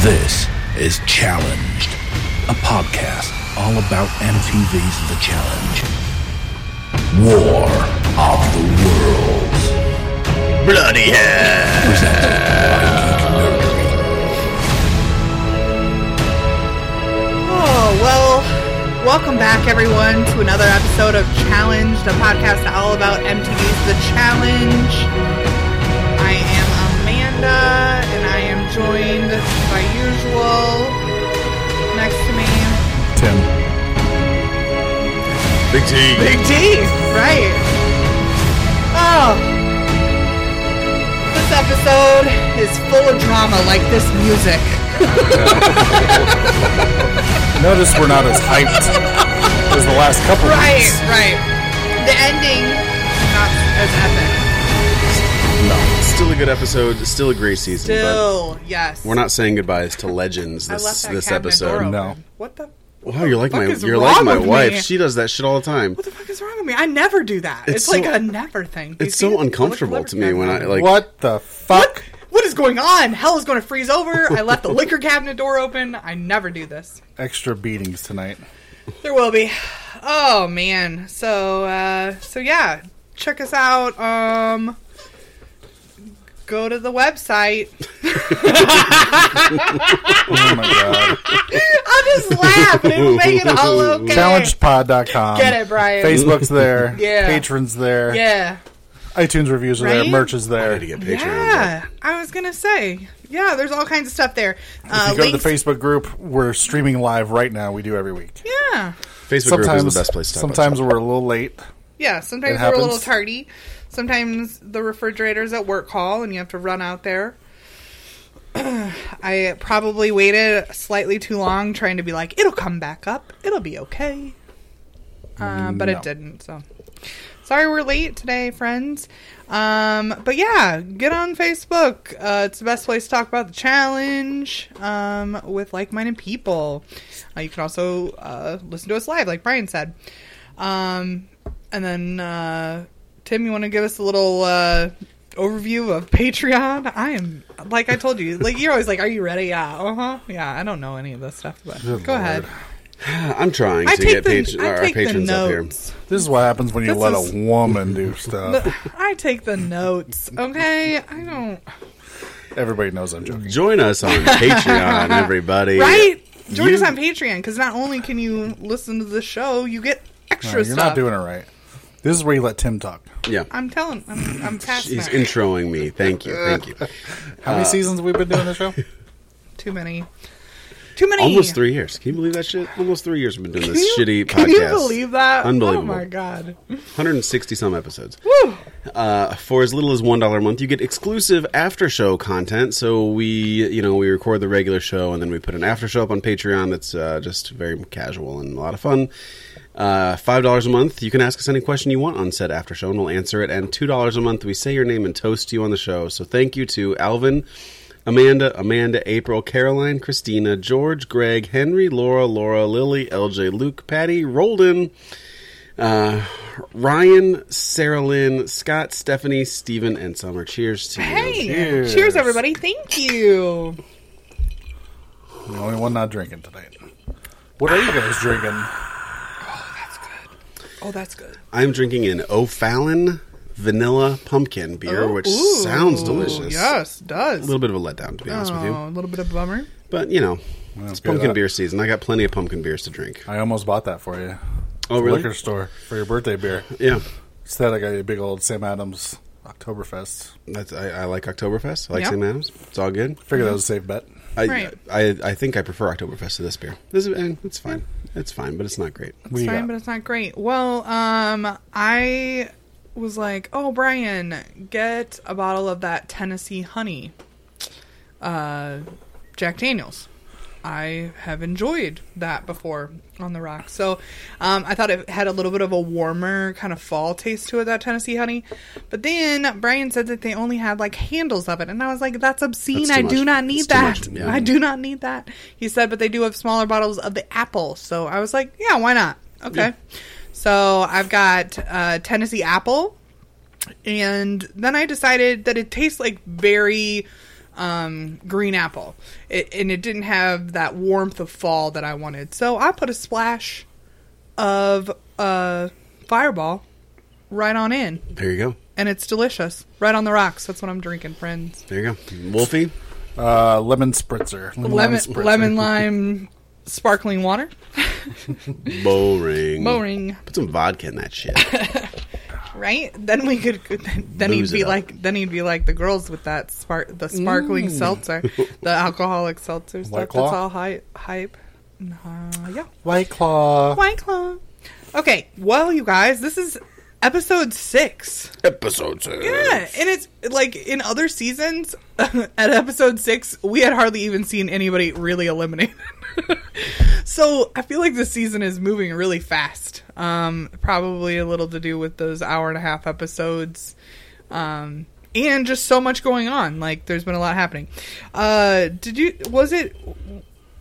This is Challenged, a podcast all about MTV's The Challenge. War of the Worlds. Bloody hell! Presented by Geek Nerdery. Oh, well, welcome back, everyone, to another episode of Challenge, the podcast all about MTV's The Challenge. I am Amanda, and I am joined by usual next to me. Tim. Big T. Big D! Right. Oh. This episode is full of drama like this music. Notice we're not as hyped as the last couple Right, weeks. right. The ending, not as epic. Still a good episode. Still a great season. Still, yes. But we're not saying goodbyes to legends I left this that this cabinet door episode. open. No. What the Wow, you're like What the my fuck is you're like wrong my with wife. me? She does that shit all the time. what the fuck is wrong with me? I never do that. It's, It's like so- a never thing. You It's see? so I look uncomfortable to me delivered when I that. like What the fuck? What is going on? Hell is going to freeze over. I left the liquor cabinet door open. I never do this. Extra beatings tonight. There will be. Oh man. So uh so yeah, check us out. Um go to the website. Oh my god. I'll just laugh and it'll make it all okay. ChallengedPod.com. Get it, Brian. Facebook's there. Yeah. Patrons there. Yeah. iTunes reviews are Right? there. Merch is I there. need to get Patreon. Yeah. I was gonna say. Yeah, there's all kinds of stuff there. Uh If you go to links- the Facebook group, we're streaming live right now. We do every week. Yeah. Facebook group is the best place to talk about sometimes we're a little late. Yeah, sometimes It we're a little happens. tardy. Sometimes the refrigerator's at work call and you have to run out there. I probably waited slightly too long trying to be like, it'll come back up. It'll be okay. Uh, but No. it didn't. So sorry we're late today, friends. Um, but yeah, get on Facebook. Uh, it's the best place to talk about the challenge um, with like minded people. Uh, you can also uh, listen to us live, like Brian said. Um, and then, uh, Tim, you want to give us a little uh, overview of Patreon? I am, like I told you, like you're always like, are you ready? Yeah, uh huh. Yeah, I don't know any of this stuff, but go Good ahead. lord. it. I'm trying I to take, get the, patron, I our take the patrons up here. notes. This is what happens when you This let is- a woman do stuff. I take the notes, okay? I don't. Everybody knows I'm joking. Join us on Patreon, everybody. Right? Join You- us on Patreon because not only can you listen to the show, you get No, extra you're stuff. not doing it right. This is where you let Tim talk. Yeah. I'm telling. I'm, I'm past She's that. introing me. Thank you. Thank you. How Uh, many seasons have we been doing the show? Too many. Too many. Almost three years. Can you believe that shit? Almost three years we've been doing Can this you- shitty podcast. Can you believe that? Unbelievable. Oh my god. 160 some episodes. Woo. Uh, for as little as one dollar a month, you get exclusive after show content. So we, you know, we record the regular show and then we put an after show up on Patreon. That's uh, just very casual and a lot of fun. Uh, Five dollars a month, you can ask us any question you want on said after show, and we'll answer it. And two dollars a month, we say your name and toast you on the show. So thank you to Alvin. Amanda, Amanda, April, Caroline, Christina, George, Greg, Henry, Laura, Laura, Lily, LJ, Luke, Patty, Roldan, uh, Ryan, Sarah Lynn, Scott, Stephanie, Steven, and Summer. Cheers to you. Hey. Cheers. Cheers. everybody. Thank you. The only one not drinking tonight. What are you guys drinking? Oh, that's good. I'm drinking an O'Fallon vanilla pumpkin beer, which sounds delicious. Oh, Yes, does. A little bit of a letdown, to be honest with you. Oh, a little bit of bummer. But, you know, it's good pumpkin luck. beer season. I got plenty of pumpkin beers to drink. I almost bought that for you. Oh, really? Liquor store for your birthday beer. Yeah. Instead, I got you a big old Sam Adams Oktoberfest. That's, I, I like Oktoberfest. I like Yeah. St. Adams. It's all good. Figured that was a safe bet. I, Right. I, I think I prefer Oktoberfest to this beer. This is, and it's fine. It's fine, but it's not great. What do It's you fine, got? but it's not great. Well, um, I was like, oh, Brian, get a bottle of that Tennessee honey, uh, Jack Daniels. I have enjoyed that before on the rock. So um, I thought it had a little bit of a warmer kind of fall taste to it, that Tennessee honey. But then Brian said that they only had like handles of it. And I was like, that's obscene. That's too I do much. not need It's too that. much. Yeah. I do not need that. He said, but they do have smaller bottles of the apple. So I was like, yeah, why not? Okay. So I've got uh, Tennessee apple. And then I decided that it tastes like very um, green apple, it, and it didn't have that warmth of fall that I wanted. So I put a splash of uh, Fireball right on in, There you go. and it's delicious. Right on the rocks. That's what I'm drinking, friends. There you go. Wolfie, Uh, lemon spritzer. Lemon, lime Lemon, spritzer. lemon lime sparkling water. boring. Boring. Put some vodka in that shit. Right? Then we could. Then, then he'd Booze be it up. like. Then he'd be like the girls with that spark, the sparkling seltzer, the alcoholic seltzer stuff. Mm. White Claw? That's all hype. Hype. Nah, yeah. White Claw. White claw. Okay. Well, you guys, this is episode six. Episode six. Yeah, and it's like in other seasons, at episode six, we had hardly even seen anybody really eliminated. so I feel like this season is moving really fast. Um, probably a little to do with those hour and a half episodes, um, and just so much going on. Like there's been a lot happening. Uh, did you? Was it?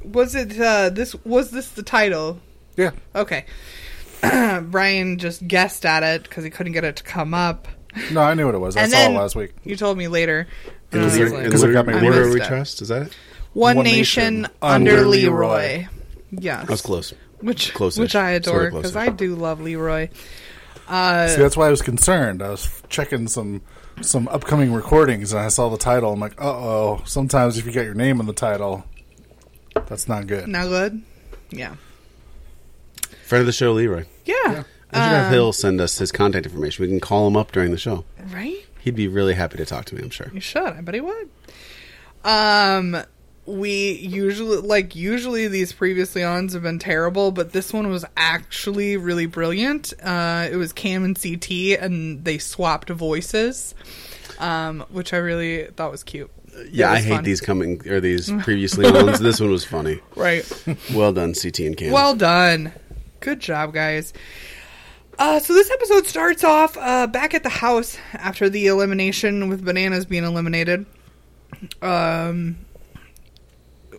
Was it uh, this? Was this the title? Yeah. Okay. Brian just guessed at it because he couldn't get it to come up. No, I knew what it was. I And saw then it last week. You told me later. And I In was Lear- like, in Because it Lear- got me in worried. Leroy we Stuff. trust? Is that it? one, One nation, Nation under under Leroy. Leroy. Yes, That was close. Which Close-ish. which I Sorta adore because close-ish. I do love Leroy. Uh, See, that's why I was concerned. I was checking some some upcoming recordings, and I saw the title. I'm like, uh oh. Sometimes if you got your name in the title, that's not good. Now good. Yeah. Friend of the show, Leroy. Yeah. I should Um, have Hill send us his contact information. We can call him up during the show. Right. He'd be really happy to talk to me, I'm sure. You should. I bet he would. Um, we usually like usually these previously ons have been terrible, but this one was actually really brilliant. Uh, it was Cam and CT, and they swapped voices, um, which I really thought was cute. Yeah, It I was hate fun. these coming or these previously ones. This one was funny. Right. Well done, CT and Cam. Well done. Good job, guys. Uh, so this episode starts off uh, back at the house after the elimination with bananas being eliminated. Um,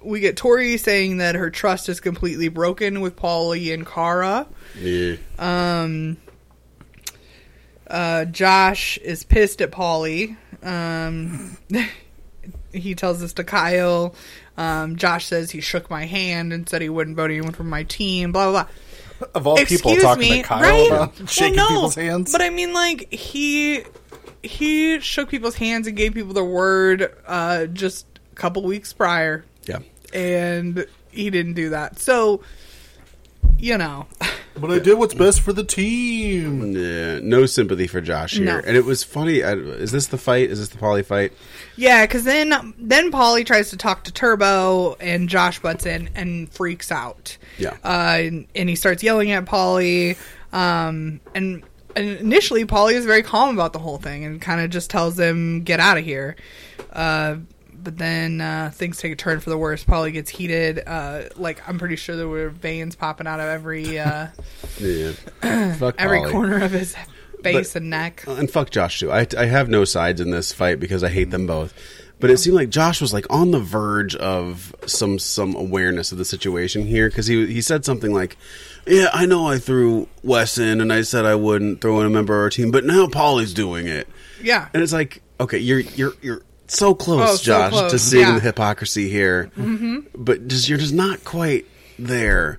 we get Tori saying that her trust is completely broken with Polly and Kara. yeah. Uh, Josh is pissed at Polly. Um, he tells this to Kyle. Um, Josh says he shook my hand and said he wouldn't vote anyone from my team. Blah blah blah. Of all people talking to Kyle about shaking Well, no, people's hands. But I mean, like he he shook people's hands and gave people their word uh, just a couple weeks prior, Yeah. and he didn't do that. So you know, But I did what's best for the team. Yeah, no sympathy for Josh here, No. and it was funny. I, is this the fight? Is this the Polly fight? yeah. Because then then Polly tries to talk to Turbo, and Josh butts in and freaks out. Yeah. uh, and, and he starts yelling at Polly. Um, and, and initially, Polly is very calm about the whole thing and kind of just tells him, "Get out of here." Uh, but then uh, things take a turn for the worse. Polly gets heated. Uh, like I'm pretty sure there were veins popping out of every uh, Yeah, fuck every Polly. corner of his face But- and neck. "Uh, and fuck Josh too. I, I have no sides in this fight because I hate them both. But it seemed like Josh was like on the verge of some some awareness of the situation here because he he said something like, "Yeah, I know I threw Wes in and I said I wouldn't throw in a member of our team, but now Polly's doing it." Yeah. and it's like, okay, you're you're you're so close, Oh, so Josh, to close, seeing yeah. the hypocrisy here, mm-hmm. but just you're just not quite there.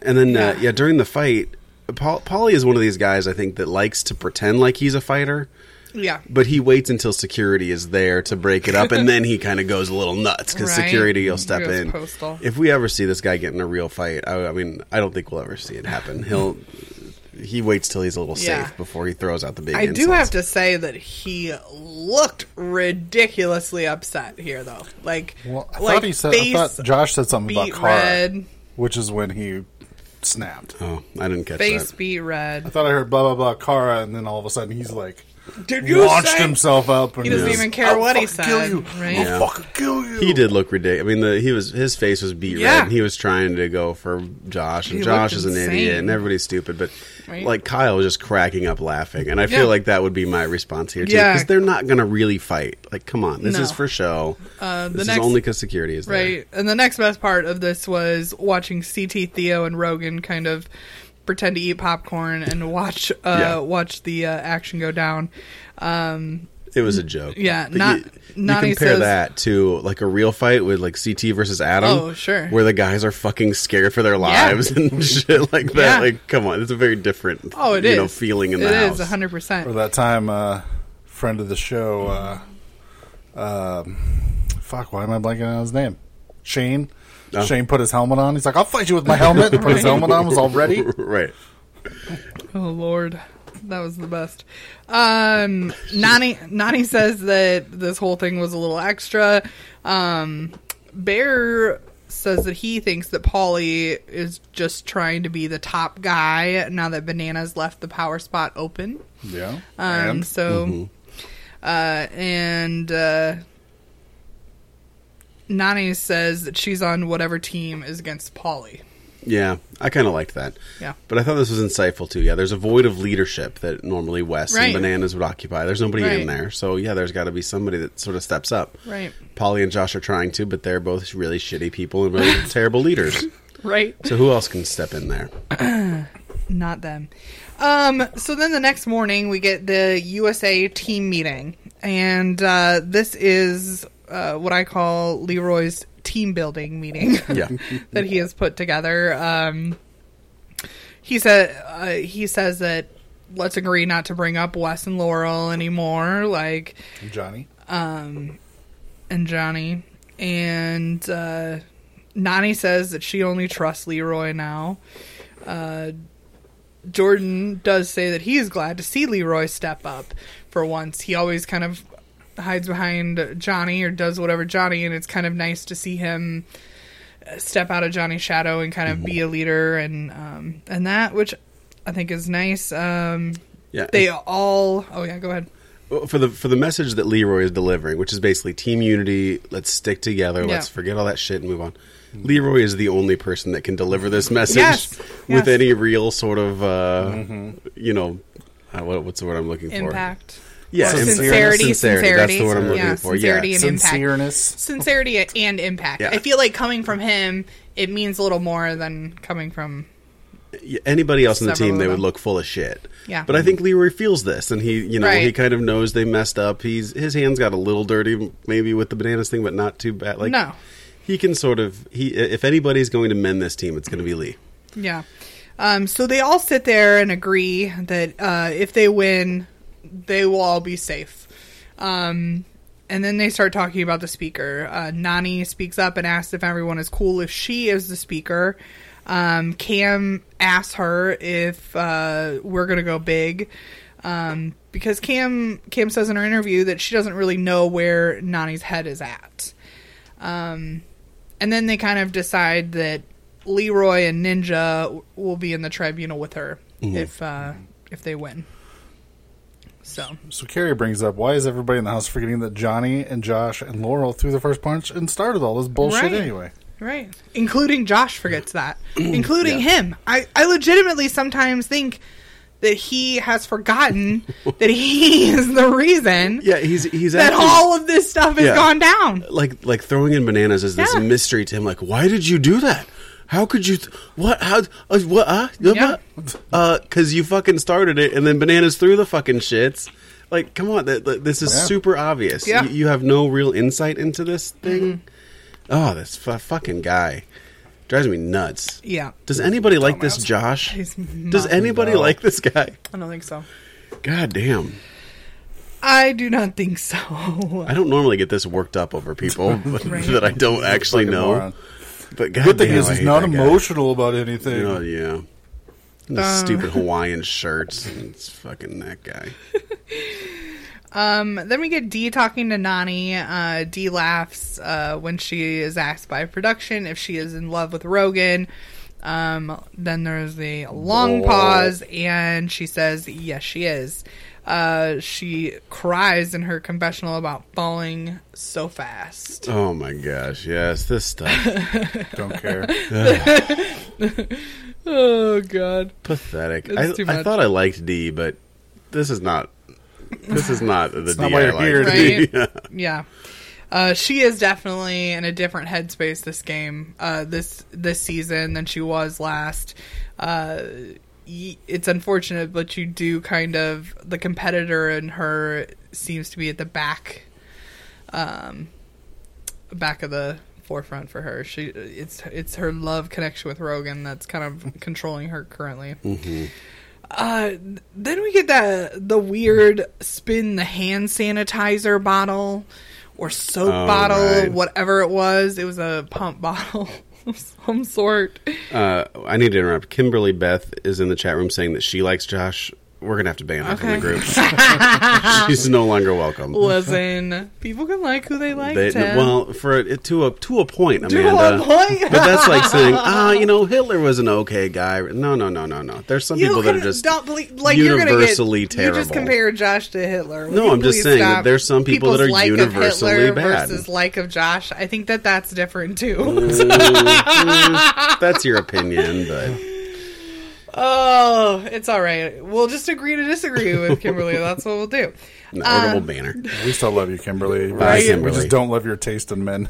And then, yeah, uh, yeah during the fight, Paul, Paulie is one of these guys I think that likes to pretend like he's a fighter, Yeah. but he waits until security is there to break it up, and then he kind of goes a little nuts because Right. security will step Goes in. postal. If we ever see this guy get in a real fight, I, I mean, I don't think we'll ever see it happen. He'll he waits till he's a little Yeah. safe before he throws out the big. I do insults. have to say that he looked ridiculously upset here, though. Like, Well, I like thought he said. I face thought Josh said something about beat Kara, red. which is when he snapped. Oh, I didn't catch face that. beat red. I thought I heard blah blah blah Kara, and then all of a sudden he's like Did launched himself up. And He doesn't just, even care "I'll what he fucking said, Kill you. right? I'll Yeah. fucking kill you. He did look ridiculous. I mean, the, he was his face was beat Yeah. red. And he was trying to go for Josh, and He Josh looked is an insane. idiot, and everybody's stupid. But Right. like Kyle was just cracking up laughing, and I Yeah. feel like that would be my response here too, Yeah. because they're not going to really fight. Like, come on, this No. is for show. Uh, the this next- is only because security is there. Right. And the next best part of this was watching CT Theo and Rogan kind of pretend to eat popcorn and watch uh Yeah. watch the uh, action go down. Um It was a joke. Yeah, But not- you, you Nani compare says- that to like a real fight with like CT versus Adam. Oh, sure. Where the guys are fucking scared for their lives and shit like that. Yeah. Like, come on, it's a very different. Oh, it you is. know, feeling in the It house. is 100%. Or that time, uh, friend of the show, uh, um, fuck, why am I blanking on his name? Shane. Oh. Shane put his helmet on. He's like, I'll fight you with my helmet. Put his helmet on, was all ready. right. Oh Lord, that was the best. Um, Nani Nani says that this whole thing was a little extra. Um, Bear says that he thinks that Polly is just trying to be the top guy now that Banana's left the power spot open. Yeah. Um, and so, uh, and uh, Nani says that she's on whatever team is against Polly. Yeah, I kind of liked that. Yeah. But I thought this was insightful too. Yeah, there's a void of leadership that normally Wes Right. and Bananas would occupy. There's nobody Right. in there. So yeah, there's got to be somebody that sort of steps up. Right. Polly and Josh are trying to, but they're both really shitty people and really terrible leaders. Right. So who else can step in there? Not them. Um, so then the next morning, we get the USA team meeting. And uh, this is uh, what I call Leroy's team building meeting Yeah. that he has put together. Um, he said uh, he says that let's agree not to bring up Wes and Laurel anymore. Like, Johnny. and Johnny. And uh, Nani says that she only trusts Leroy now. Uh, Jordan does say that he is glad to see Leroy step up for once. He always kind of hides behind Johnny or does whatever Johnny, and it's kind of nice to see him uh, step out of Johnny's shadow and kind of be a leader and um, and that, which I think is nice. Um, Yeah. they all. Oh yeah, go ahead. Well, for the for the message that Leroy is delivering, which is basically team unity, let's stick together, let's Yeah. forget all that shit and move on. Leroy is the only person that can deliver this message Yes, yes. with any real sort of, uh, you know, uh, what, what's the word I'm looking for? Impact. Yeah, Or im- sincerity, That's the sincerity. word I'm looking Yeah, for. sincerity yeah, and- impact. Sincereness. sincerity and impact. Yeah. I feel like coming from him, it means a little more than coming from. Yeah, anybody else on the Several team, of they would them. look full of shit. Yeah. But I think Leroy feels this, and he, you know, Right. he kind of knows they messed up. He's his hands got a little dirty, maybe with the bananas thing, but not too bad. Like, No. he can sort of he. If anybody's going to mend this team, it's going to be Lee. Yeah. Um, so they all sit there and agree that uh, if they win, they will all be safe. Um, and then they start talking about the speaker. Uh, Nani speaks up and asks if everyone is cool if she is the speaker. Um, Cam asks her if uh, we're going to go big. Um, because Cam Cam says in her interview that she doesn't really know where Nani's head is at. And then they kind of decide that Leroy and Ninja w- will be in the tribunal with her Mm-hmm. if uh, if they win. So So Carrie brings up, why is everybody in the house forgetting that Johnny and Josh and Laurel threw the first punch and started all this bullshit Right. anyway? right, including Josh forgets that, including him. I I legitimately sometimes think that he has forgotten that he is the reason Yeah, he's he's that actually, all of this stuff has Yeah. gone down. like like throwing in bananas is this Yeah. mystery to him. Like, why did you do that? How could you? Th- what? How? Uh, what? Uh, Yeah. Because you fucking started it, and then bananas threw the fucking shits. Like, come on, th- th- this is Yeah. super obvious. Yeah. Mm-hmm. You, you have no real insight into this thing. Oh, this fu- fucking guy drives me nuts. Yeah, Does anybody like this, Josh? He's Does anybody No. like this guy? I don't think so. God damn. I do not think so. I don't normally get this worked up over people that I don't actually Fucking know. moron. But God Good thing damn, is I he's hate not that guy. emotional Uh. about anything. Oh yeah. And his stupid Hawaiian shirts and it's fucking that guy. Um, then we get Dee talking to Nani. Uh, Dee laughs uh, when she is asked by production if she is in love with Rogan. Um, then there's the long Whoa. pause, and she says, Yes, she is. Uh, she cries in her confessional about falling so fast. Oh my gosh, yes, this stuff. Don't care. Oh, God. Pathetic. It's I, too I much. thought I liked D, but this is not this is not the D not I why you're like. here, Right? Yeah. yeah. Uh, she is definitely in a different headspace this game, uh, this this season than she was last. Uh, y- it's unfortunate, but you do kind of the competitor in her seems to be at the back, um, back of the forefront for her. She it's it's her love connection with Rogan that's kind of controlling her currently. Mm-hmm. Uh, then we get that the weird spin the hand sanitizer bottle or soap Oh, bottle, right. whatever it was. It was a pump bottle of some sort. Uh, I need to interrupt. Kimberly Beth is in the chat room saying that she likes Josh. We're gonna have to ban her from the Okay. group. She's no longer welcome. Listen, people can like who they like. They- Tim. well, for it to a to a point, Do Amanda. a point. But that's like saying, ah, you know, Hitler was an okay guy. No, no, no, no, no. There's some people that are can- just don't believe like you're gonna universally get, You just terrible. compare Josh to Hitler. Will No, you I'm just please saying that stop? there's some people People's that are like of universally Hitler bad. Mm. versus like of Josh. I think that that's different too. that's your opinion, but oh, it's all right. We'll just agree to disagree with Kimberly. that's what we'll do. an audible banner. We still love you, Kimberly. We Bye, just- Kimberly. We just don't love your taste in men.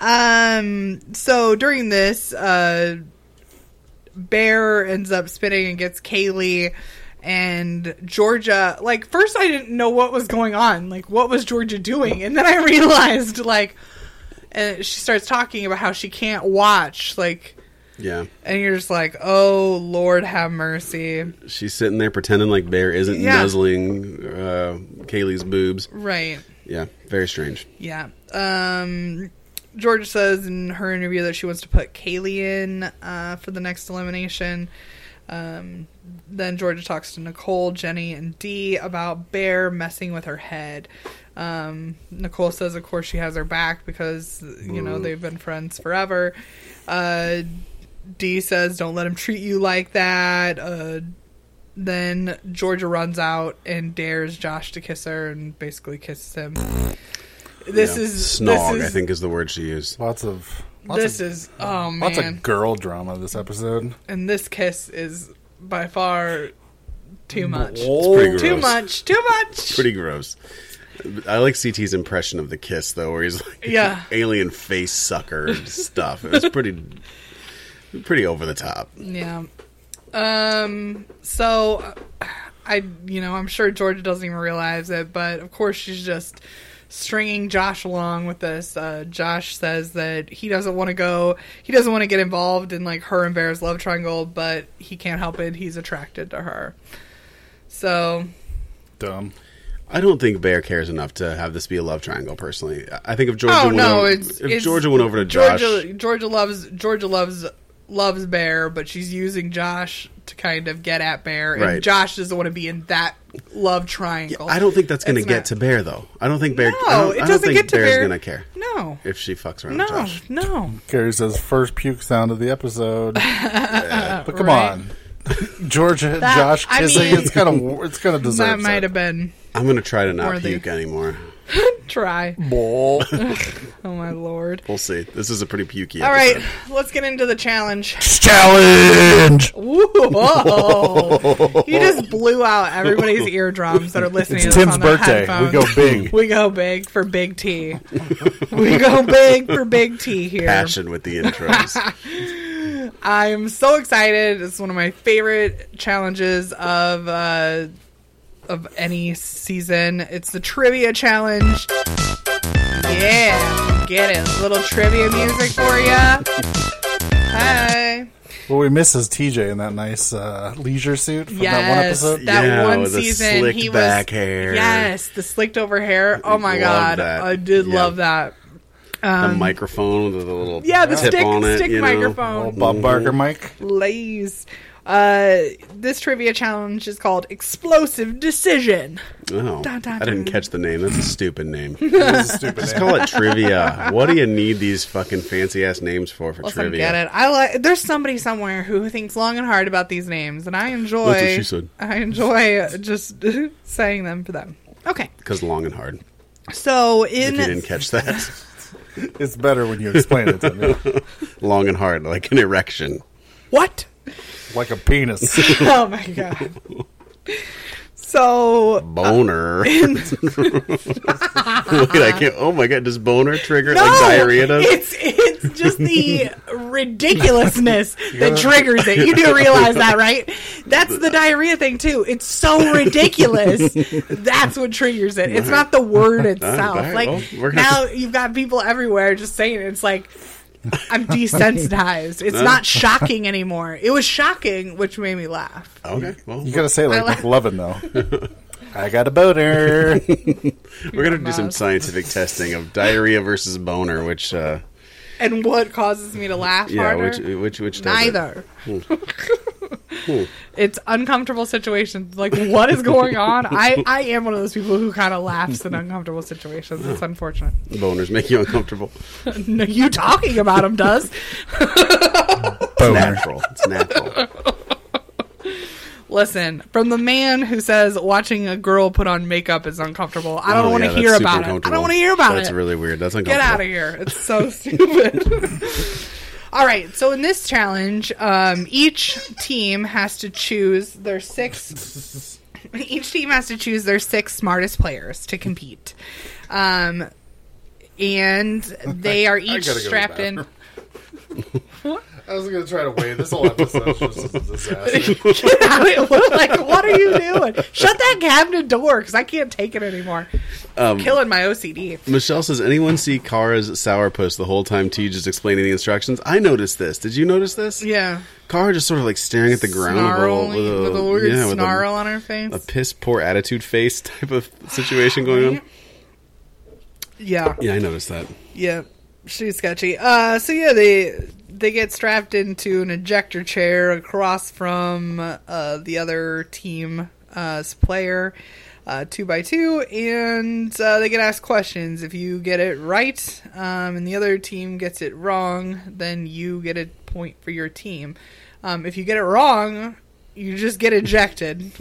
Um. So during this, uh, Bear ends up spinning and gets Kaylee and Georgia. Like first, I didn't know what was going on. Like what was Georgia doing? And then I realized, like, and she starts talking about how she can't watch. Like, Yeah, and you're just like, oh Lord, have mercy. she's sitting there pretending like Bear isn't Yeah. nuzzling uh, Kaylee's boobs. Right. Yeah, very strange. Yeah. Um, Georgia says in her interview that she wants to put Kaylee in uh, for the next elimination. Um, then Georgia talks to Nicole, Jenny, and Dee about Bear messing with her head. Um, Nicole says, of course, she has her back because, you Mm. know, they've been friends forever. Uh, Dee says, don't let him treat you like that. Uh, then Georgia runs out and dares Josh to kiss her and basically kisses him. This Yeah. is snog. This is, I think is the word she used. Lots of lots This of, is oh man, lots of girl drama this episode. and this kiss is by far too much. It's pretty gross. Too much. Too much. Pretty gross. I like CT's impression of the kiss though, where he's like, Yeah. alien face sucker stuff. It was pretty, pretty over the top. Yeah. Um. So, uh, I you know I'm sure Georgia doesn't even realize it, but of course she's just stringing Josh along with this. Uh, Josh says that he doesn't want to go, he doesn't want to get involved in like her and Bear's love triangle, but he can't help it. He's attracted to her. So Dumb. I don't think Bear cares enough to have this be a love triangle. Personally, I- I think if Georgia, oh went no, over, it's if it's- Georgia went over to Georgia, Josh, Georgia loves Georgia loves loves Bear, but she's using Josh to kind of get at Bear, and Right. Josh doesn't want to be in that love triangle. I don't think that's going to It's get not- to Bear though. I don't think Bear. I No, don't, it I don't doesn't think get to Bear's Bear. going to care No, if she fucks around. with no, Josh. no. Carrie says first puke sound of the episode. but come Right. on, Georgia and That- Josh I kissing. mean- it's kind of it's kind of deserves. That might it. have been I'm going to try to not Worthy. puke anymore. try. Mm. Bull. Oh my lord! We'll see. This is a pretty pukey. All right, episode. let's get into the challenge. challenge. Whoa! you just blew out everybody's eardrums that are listening. It's to this Tim's on their birthday. We headphones. go big. We go big for Big T. we go big for Big T here. Passion with the intros. I'm so excited. It's one of my favorite challenges of uh, of any season. It's the trivia challenge. Yeah, get it. Little trivia music for ya. Hi. What we miss is TJ in that nice uh, leisure suit from that one Yes, that episode. Yeah, one with the season slicked he was back hair. Yes, the slicked over hair. Oh my Love god, that. I did Yeah. love that. the microphone with the little Um, Yeah, the tip stick on it, stick you know. microphone. Old Bob Barker, Mike. Lays. Uh, this trivia challenge is called Explosive Decision. Oh, Dun, dun, I didn't dun. catch the name. That's a stupid name. This is a stupid Just name. call it trivia. What do you need these fucking fancy ass names for? For Listen, trivia, get it. I like. There's somebody somewhere who thinks long and hard about these names, and I enjoy. That's what she said. I enjoy just saying them for them. Okay, because long and hard. so If in you didn't catch that, It's better when you explain it to me, long and hard, like an erection. what? like a penis. Oh my god. So Boner. Wait, I can't. Oh my god, does boner trigger Uh, no, like diarrhea? Does? it's it it's just the ridiculousness that triggers it. You do realize that, right? That's the diarrhea thing too. It's so ridiculous. That's what triggers it. It's not the word itself. all right, like well, we're gonna- now you've got people everywhere just saying it. it's like I'm desensitized. It's not shocking anymore. It was shocking, which made me laugh. Okay, well, You gotta say it like I with loving though. I got a boner. we're gonna do some mouth. scientific testing of diarrhea versus boner, which uh, And what causes me to laugh yeah, harder? which which which does it. Hmm. Neither. it's uncomfortable situations. Like, what is going on? I, I am one of those people who kind of laughs in uncomfortable situations. It's unfortunate. boners make you uncomfortable. No, you talking about him does. It's natural. It's natural. Listen, from the man who says watching a girl put on makeup is uncomfortable, I don't Oh, want yeah, to that's hear super about it. I uncomfortable. don't want to hear about That's it. really weird. That's Get uncomfortable. out of here. It's so stupid. All right, so in this challenge, um, each team has to choose their six. Each team has to choose their six smartest players to compete, um, and they are each gotta go to the strapped in. bathroom. I was gonna try to wait. This whole episode's just a disaster. Get out of here. like, what are you doing? Shut that cabinet door because I can't take it anymore. Killing my OCD. Michelle says, "Anyone see Kara's sourpuss the whole time Tej is explaining the instructions?" I noticed this. Did you notice this? Yeah, Kara just sort of like staring at the ground with a- snarling with a, weird yeah, with a- snarl on her face. a piss poor attitude face type of situation going on. yeah, Yeah, I noticed that. Yeah, she's sketchy. Uh, so yeah, they they get strapped into an ejector chair across from uh, the other team's player, uh, two by two, and uh, they get asked questions. If you get it right, um, and the other team gets it wrong, then you get a point for your team. Um, if you get it wrong, you just get ejected.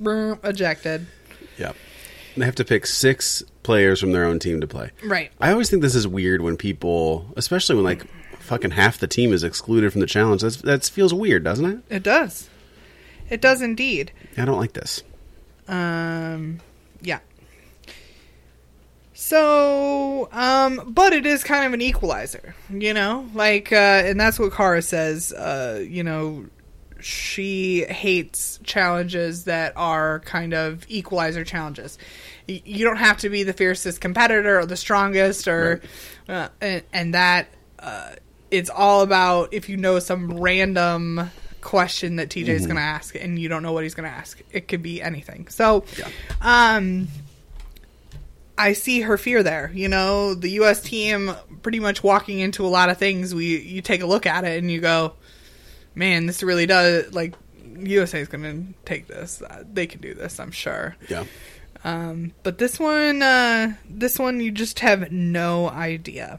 Brr, Ejected. Yeah. They have to pick six players from their own team to play. Right. I always think this is weird when people, especially when like fucking half the team is excluded from the challenge. That's, that feels weird, doesn't it? It does. It does indeed. I don't like this. Um, yeah. So, um, but it is kind of an equalizer, you know? Like, uh, and that's what Kara says, uh, you know, she hates challenges that are kind of equalizer challenges. Y- You don't have to be the fiercest competitor or the strongest or, uh, and, and that, uh, it's all about if you know some random question that TJ is going to ask and you don't know what he's going to ask. It could be anything. So, um, I see her fear there. You know, the U.S. team pretty much walking into a lot of things. We you take a look at it and you go, man, this really does like USA is going to take this. Uh, They can do this, I'm sure. Yeah. But this one, uh, this one, you just have no idea.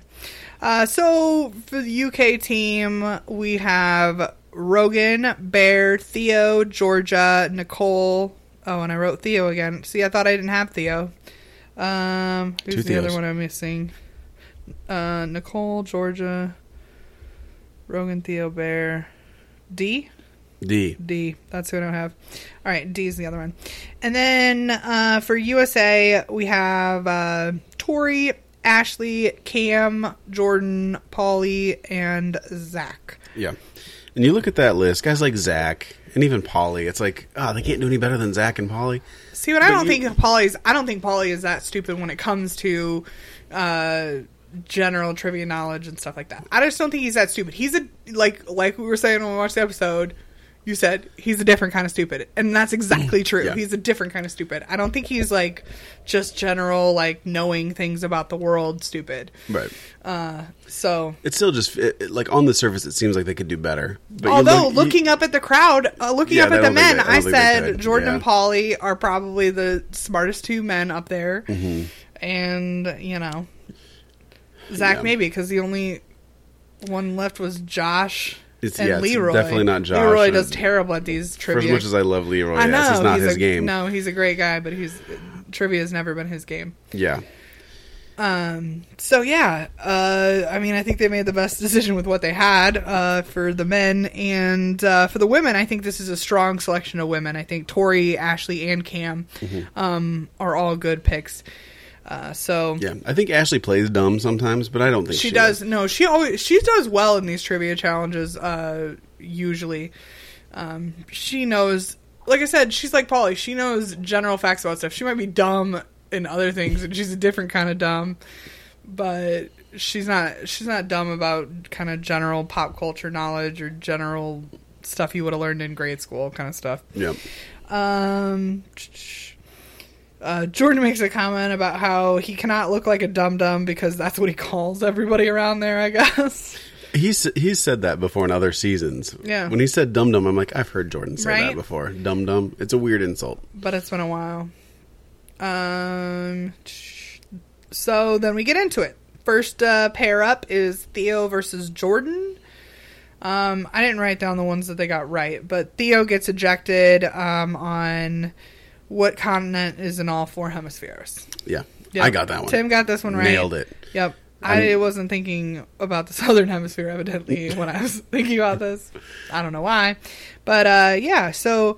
Uh, so for the UK team, we have Rogan, Bear, Theo, Georgia, Nicole. Oh, and I wrote Theo again. See, I thought I didn't have Theo. Um, who's Two the other Theos. one I'm missing? Uh, Nicole, Georgia, Rogan, Theo, Bear, D. D. D. That's who I don't have. All right, D is the other one. And then uh, for USA, we have uh, Tori, Ashley, Cam, Jordan, Polly, and Zach. Yeah. And you look at that list, guys like Zach and even Polly. It's like, oh, they can't do any better than Zach and Polly. See, what I But don't you- think Polly's. I don't think Polly is that stupid when it comes to uh, general trivia knowledge and stuff like that. I just don't think he's that stupid. He's a like like we were saying when we watched the episode. You said he's a different kind of stupid, and that's exactly true. Mm, Yeah. He's a different kind of stupid. I don't think he's like just general like knowing things about the world stupid. Right. So. It's still just it, it- like on the surface, it seems like they could do better. But you Although look- you- looking up at the crowd, uh, looking Yeah, up I at the don't think men, they- I don't I, think they said could, Jordan yeah. and Polly are probably the smartest two men up there, Mm-hmm. and you know, Zach Yeah. maybe because the only one left was Josh It's- and yeah, it's Leroy. definitely not Josh, Leroy and does terrible at these for as trivia. much as I love Leroy, I yes, know it's not he's his a, game. No, he's a great guy, but he's trivia has never been his game. Yeah. So yeah, uh, I mean, I think they made the best decision with what they had uh, for the men and uh, for the women. I think this is a strong selection of women. I think Tori, Ashley, and Cam um, are all good picks. Uh, so Yeah, I think Ashley plays dumb sometimes, but I don't think she, she, does. is. No, she always she does well in these trivia challenges. Uh, usually, um, she knows. Like I said, she's like Polly. She knows general facts about stuff. She might be dumb in other things, and she's a different kind of dumb. But she's not. She's not dumb about kind of general pop culture knowledge or general stuff you would have learned in grade school, kind of stuff. Yep. Um, uh, Jordan makes a comment about how he cannot look like a dum dum because that's what he calls everybody around there. I guess. He's he's said that before in other seasons. Yeah. When he said dum dum, I'm like, I've heard Jordan say Right? that before. Dum dum. It's a weird insult. but it's been a while. Um, so then we get into it. First uh, pair up is Theo versus Jordan. Um, I didn't write down the ones that they got right, but Theo gets ejected um, on what continent is in all four hemispheres. Yeah. Yep. I got that one. Tim got this one right. Nailed it. Yep. I wasn't thinking about the southern hemisphere evidently when I was thinking about this. I don't know why, but uh, yeah. So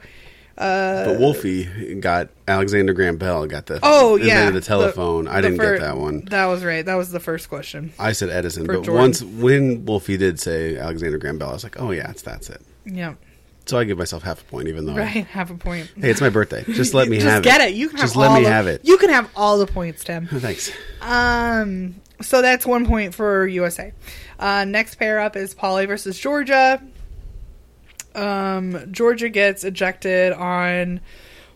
uh, But Wolfie got Alexander Graham Bell got the Oh invented yeah, the telephone. I the didn't fir- get that one. That was right. That was the first question. I said Edison, For but Jordan. once when Wolfie did say Alexander Graham Bell, I was like, oh yeah, it's that's it. Yeah, So I give myself half a point, even though I- right. Half a point. hey, it's my birthday. Just let me Just have get it. it. You can just have let all me the- have it. You can have all the points, Tim. Thanks. Um, so that's one point for USA. Uh, next pair up is Polly versus Georgia. Um, Georgia gets ejected on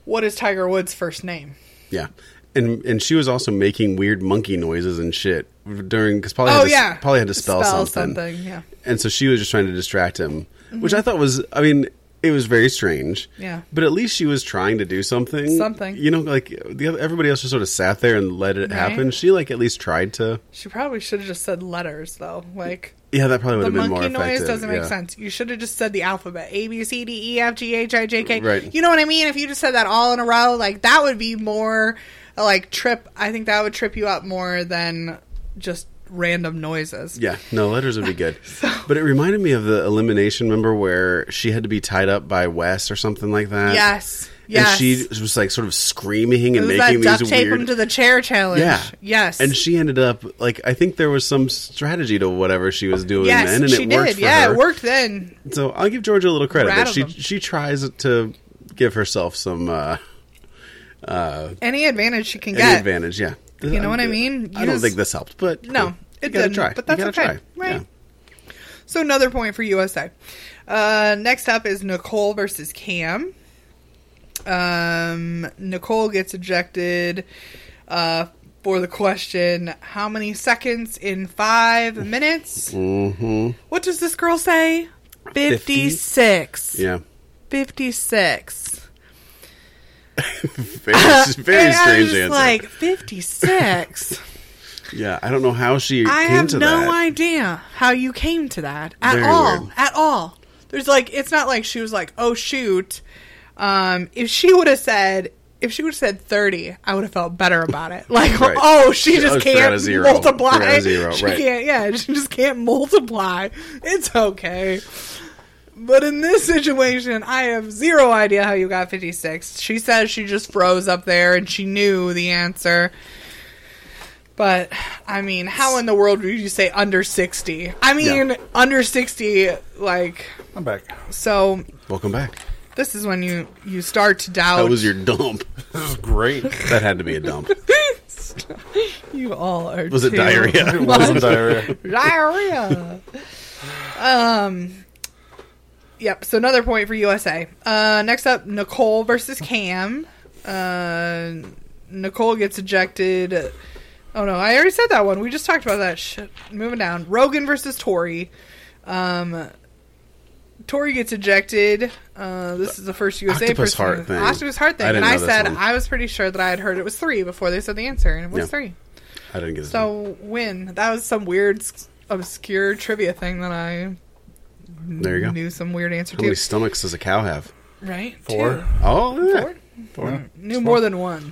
what is Tiger Woods' first name? Yeah, and and she was also making weird monkey noises and shit during because Polly. had oh to, yeah, Polly had to spell, something. Yeah, and so she was just trying to distract him, which I thought was, I mean, it was very strange. Yeah. but at least she was trying to do something. Something. you know, like the other, everybody else just sort of sat there and let Right. it happen. She like at least tried to. she probably should have just said letters though, like. Yeah, that probably would The have been more monkey effective. noise doesn't make yeah. sense. You should have just said the alphabet: A, B, C, D, E, F, G, H, I, J, K. Right. You know what I mean? If you just said that all in a row, like that would be more like trip. I think that would trip you up more than just random noises. Yeah, no, letters would be good. But it reminded me of the elimination member where she had to be tied up by Wes or something like that. Yes. And Yes. she was like sort of screaming It and was making that duct these tape weird. him to the chair challenge. yeah. Yes. And she ended up like I think there was some strategy to whatever she was doing yes, then, and she it worked did. for Yeah, her. it worked then. So I'll give Georgia a little credit. That Rattled she them. she tries to give herself some uh, Any advantage she can an get. advantage. Yeah. You know what I mean? You I don't just- think this helped, but No, it you gotta didn't, try. but that's you gotta okay. Try. Right. Yeah. So another point for USA. Uh, next up is Nicole versus Cam. Um, Nicole gets ejected uh, for the question: How many seconds in five minutes? Mm-hmm. What does this girl say? Fifty-six. Yeah. Fifty-six. Very, very And I strange was answer. Like fifty-six. Yeah, I don't know how she I came have to no that. idea how you came to that at Very all. weird. At all. There's like it's not like she was like, "Oh shoot." Um if she would have said if she would have said 30, I would have felt better about it. Like, Right. oh, she She- just oh, she forgot can't a zero. Forgot multiply. a zero, She right. can't, yeah, she just can't multiply. It's okay. But in this situation, I have zero idea how you got 56. She says she just froze up there and she knew the answer. But I mean, how in the world would you say under 60? I mean, Yeah. under 60 like I'm back. so Welcome back. this is when you you start to doubt That was your dump. This is great. That had to be a dump. you all are Was it too- diarrhea? It was diarrhea. diarrhea. um. Yep. So another point for USA. Uh, next up, Nicole versus Cam. Uh, Nicole gets ejected. Oh no, I already said that one. We just talked about that. Shit. Moving down. Rogan versus Tori. Um. Tori gets ejected. Uh, this is the first USA octopus person. heart thing. Octopus heart thing. I didn't and I know this said one. I was pretty sure that I had heard it was three before they said the answer, and it was Yeah. three. I didn't get it. So win. That was some weird, s- obscure trivia thing that I there you go. knew some weird answer How many to. stomachs does a cow have? Right? Four. Two. Oh, look at Four? Yeah. Knew more than one.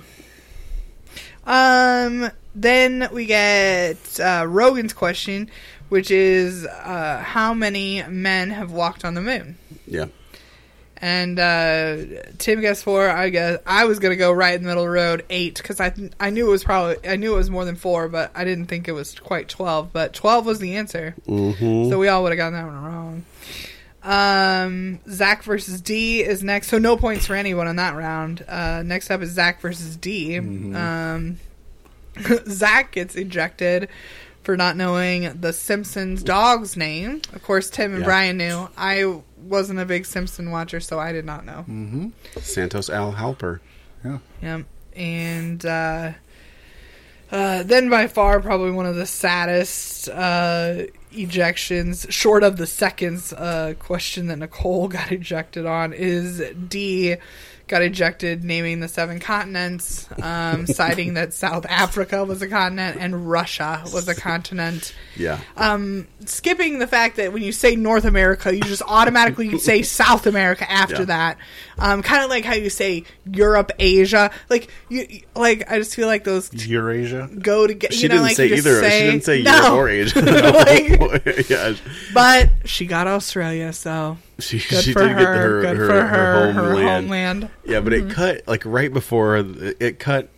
Um. Then we get uh, Rogan's question, which is uh, how many men have walked on the moon? that. Yeah. And uh, Tim guessed four. I guess I was gonna go right in the middle of the road, eight, because I th- I knew it was probably I knew it was more than four, but I didn't think it was quite twelve. But twelve was the answer, Mm-hmm. so we all would have gotten that one wrong. Um, Zach versus D is next, so no points for anyone on that round. Uh, next up is Zach versus D. Um, Zach gets ejected for not knowing the Simpsons dog's name. Of course, Tim and Yeah. Brian knew. I wasn't a big Simpson watcher, so I did not know. Santos Al Halper. Yep. And uh, uh, then by far, probably one of the saddest uh, ejections, short of the seconds uh, question that Nicole got ejected on, is D got ejected naming the seven continents, um, citing that South Africa was a continent and Russia was a continent Yeah. Uh, skipping the fact that when you say North America, you just automatically you say South America after Yeah. that. Um, kind of like how you say Europe, Asia. Like you, you- like I just feel like those t- Eurasia. go together. she you know, didn't like say you just either. Say, she didn't say no. Europe or Asia. Like- yeah, But she got Australia, so she, good she for did her. get her good her, for her. her homeland. homeland. Mm-hmm. Yeah, but it cut like right before th- it cut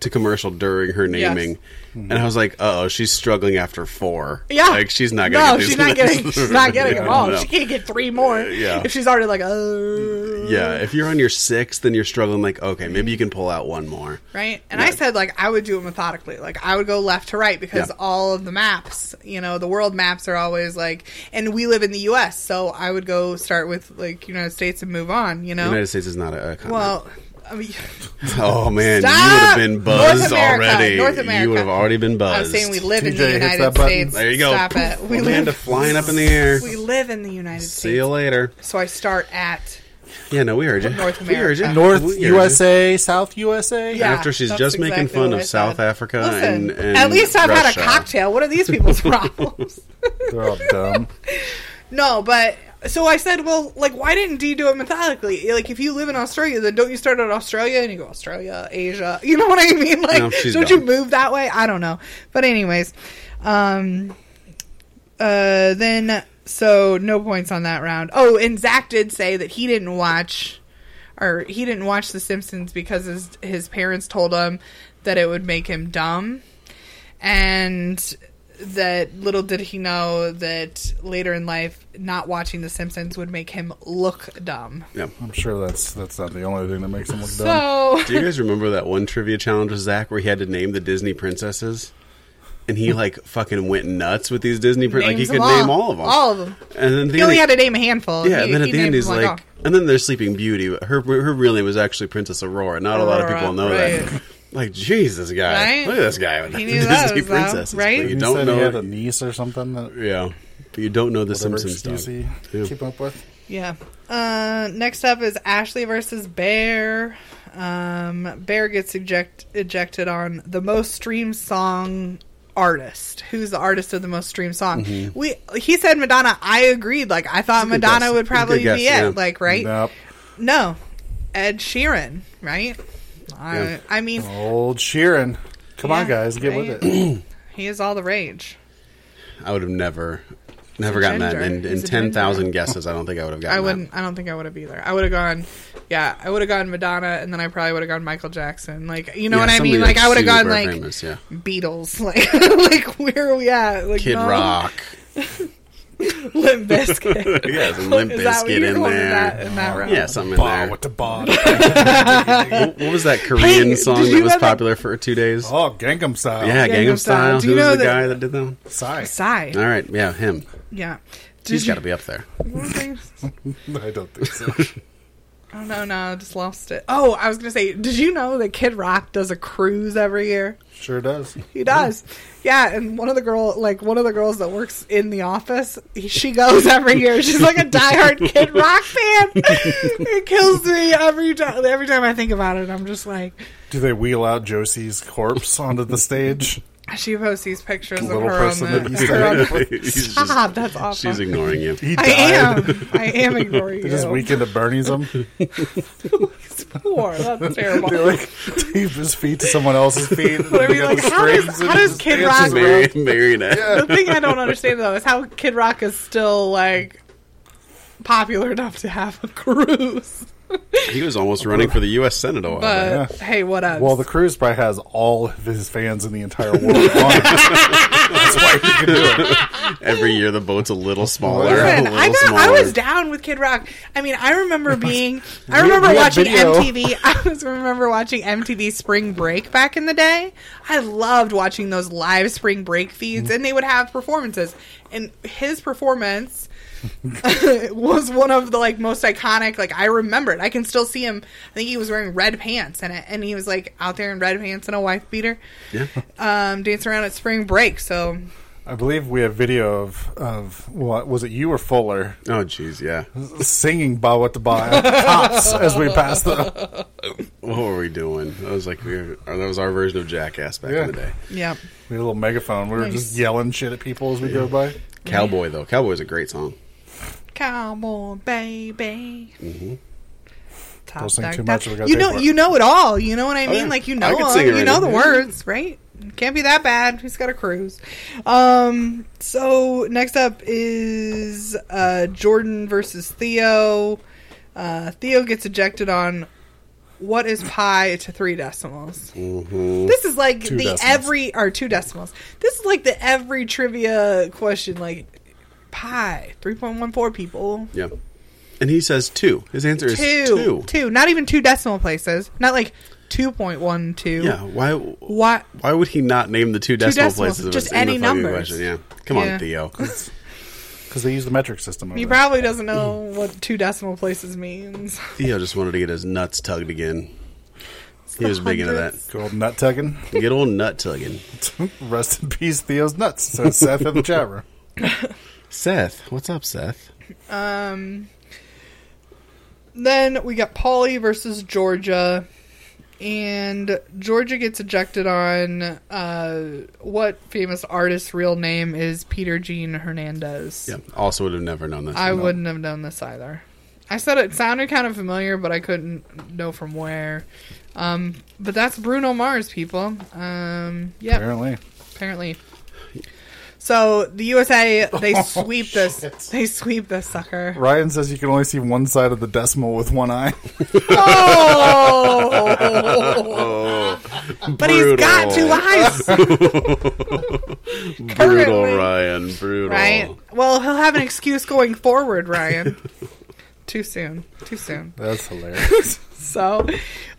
to commercial during her Yes. naming, and I was like, "Oh, she's struggling after four. Yeah. like she's not. No, Gonna get these she's not getting. She's not getting them Yeah, all. no. She can't get three more. yeah. If she's already like, oh. Yeah, if you're on your sixth, then you're struggling. Like, okay, maybe you can pull out one more. right? And Yeah. I said like I would do it methodically. Like I would go left to right because Yeah. all of the maps, you know, the world maps are always like and we live in the US, so I would go start with like United States and move on, you know. United States is not a, a continent. well, I mean, oh man, you would have Stop! been North buzzed America, already. North You America. would have already been buzzed. I was saying we live in TJ the hits United that button. States. There you go. Stop it. We Amanda live, flying up in the air. we live in the United See you States. later. So I start at Yeah, no, we heard you. North We heard you. America. North We heard you. USA, South USA. Yeah. After she's that's just making exactly fun what of I South said. Africa Listen, and, and at least I've had Russia. a cocktail. What are these people's problems? They're all dumb. No, but so I said, well, like, why didn't D do it methodically? Like, if you live in Australia, then don't you start at Australia and you go Australia, Asia? You know what I mean? Like, No, she's don't dumb. you move that way? I don't know. But anyways, um, uh, then so no points on that round. Oh, and Zach did say that he didn't watch, or he didn't watch The Simpsons because his his parents told him that it would make him dumb and that little did he know that later in life not watching the simpsons would make him look dumb Yeah. I'm sure that's that's not the only thing that makes them look Um, dumb. so Do you guys remember that one trivia challenge with Zach where he had to name the Disney princesses? And he like fucking went nuts with these Disney princesses. Like he Hmm. names could them name all of them. all of them And then at the he end, only he- had to name a handful yeah, and then at the end named oh, he's them like, all. and then there's Sleeping Beauty. but Her her real name was actually Princess Aurora. Not a lot of Aurora, people know that. right. Like Jesus, guy, Right? look at this guy with He the knew Disney those, though, princesses. but right? You You don't said he had a know, niece or something that yeah, but you don't know the whatever Simpsons you dog. see, Yeah. keep up with. yeah uh, next up is ashley versus bear um, bear gets eject- ejected on the most streamed song artist who's the artist of the most streamed song we he said madonna i agreed like i thought a good madonna guess. would Mm-hmm. It's probably a good guess, be yeah. it like right Nope. No, Ed Sheeran, right? Yeah. I, I mean, Old Sheeran. Come on, Yeah, guys, get right. with it. he is all the rage. I would have never, never a gotten that. ginger. In, in He's a ten thousand guesses, I don't think I would have gotten. I that. wouldn't. I don't think I would have either. I would have gone. Yeah, I would have gone Madonna, and then I probably would have gone Michael Jackson. Like, you know Yeah, what I somebody, mean? Like, I would have gone super like famous, yeah. Beatles. Like, like where are we at? Like Kid no. Rock. Limp Bizkit. yeah, some Limp Is that what Bizkit you're in going with there. that in that round? yeah, something in Bah, there. with the bah. what, what was that Korean Hey, song did that you was have a- popular for two days? Oh, Gangnam Style. yeah, Gangnam Gangnam Style. Style. Do you Who was know the that- guy that did that? one? Sigh. Sigh. All right, yeah, him. Yeah. Did He's you- got to be up there. I don't think so. Oh no, no, I just lost it. Oh, I was gonna say, did you know that Kid Rock does a cruise every year? Sure does. He does. Yeah, and one of the girl, like one of the girls that works in the office, he- she goes every year. She's like a diehard Kid Rock fan. it kills me every time. Every time I think about it, I'm just like, Do they wheel out Josie's corpse onto the stage? she posts these pictures of Little her on person that the. used to her on the- He's just- Stop! That's awful. she's ignoring you. He died. I am. I am ignoring They you. just weekend at Bernie's him. It's poor. That's terrible. they like tape his feet to someone else's feet. And But I they mean, got like, the how does- strings and how does just Kid dances Rock- around. Mary, marionette. the thing I don't understand though is how Kid Rock is still like popular enough to have a Oh, cruise. He was almost running for the U.S. Senate a while back. But hey, what up? Well, the cruise probably has all of his fans in the entire world. on it. That's why he can do it. Every year the boat's a little smaller. Listen, a little I got, I smaller. was down with Kid Rock. I mean, I remember being, I remember we had watching video. MTV. I was remember watching MTV Spring Break back in the day. I loved watching those live Spring Break feeds, and they would have performances. And his performance was one of the like most iconic. Like I remember it. I can still see him. I think he was wearing red pants in it, and he was like out there in red pants and a wife beater, Yeah. um, dancing around at Spring Break. So I believe we have video of of what was it? You or Fuller Oh, jeez, yeah. singing "Ba What the Ba" at the cops as we passed the. What were we doing? That was like we were, that was our version of Jackass back Yeah. in the day. yeah. We had a little megaphone. We were just yelling shit at people as we go by. Cowboy though, Cowboy's a great song. Cowboy baby. Mm-hmm. Top Don't sing dog, too top- much if we gotta You pay know, for it. you know it all. You know what I mean. Oh, yeah. Like you I know, can all- sing it you know right the now. words, right? Can't be that bad. He's got a cruise. Um. So next up is uh, Jordan versus Theo. Uh, Theo gets ejected on what is pi to three decimals. Mm-hmm. This is like Two the decimals. every or two decimals. This is like the every trivia question. Like pi three point one four people. Yeah. And he says two. His answer is two, two. two, not even two decimal places, not like two point one two. Yeah. Why? What? Why would he not name the two decimal decimals, places? if just it's in the any fucking numbers. Question? Yeah. Come Yeah. on, Theo. Because they use the metric system. Over He there. probably doesn't know what two decimal places means. Theo just wanted to get his nuts tugged again. He was big into that. Good old nut tugging. Good old nut tugging. Rest in peace, Theo's nuts. Says Seth in the chat room. Seth, what's up, Seth? Um. Then we got Polly versus Georgia, and Georgia gets ejected on uh, what famous artist's real name is Peter Jean Hernandez. Yeah. Also, would have never known that. I wouldn't have known this either. I said it sounded kind of familiar, but I couldn't know from where. Um, but that's Bruno Mars, people. Um, yeah, Apparently, apparently. So the USA they Oh, sweep this. They sweep this sucker. Ryan says you can only see one side of the decimal with one eye. Oh, but he's got two eyes, Brutal, currently. Ryan. Brutal. right? Well, he'll have an excuse going forward, Ryan. Too soon. Too soon. That's hilarious. So,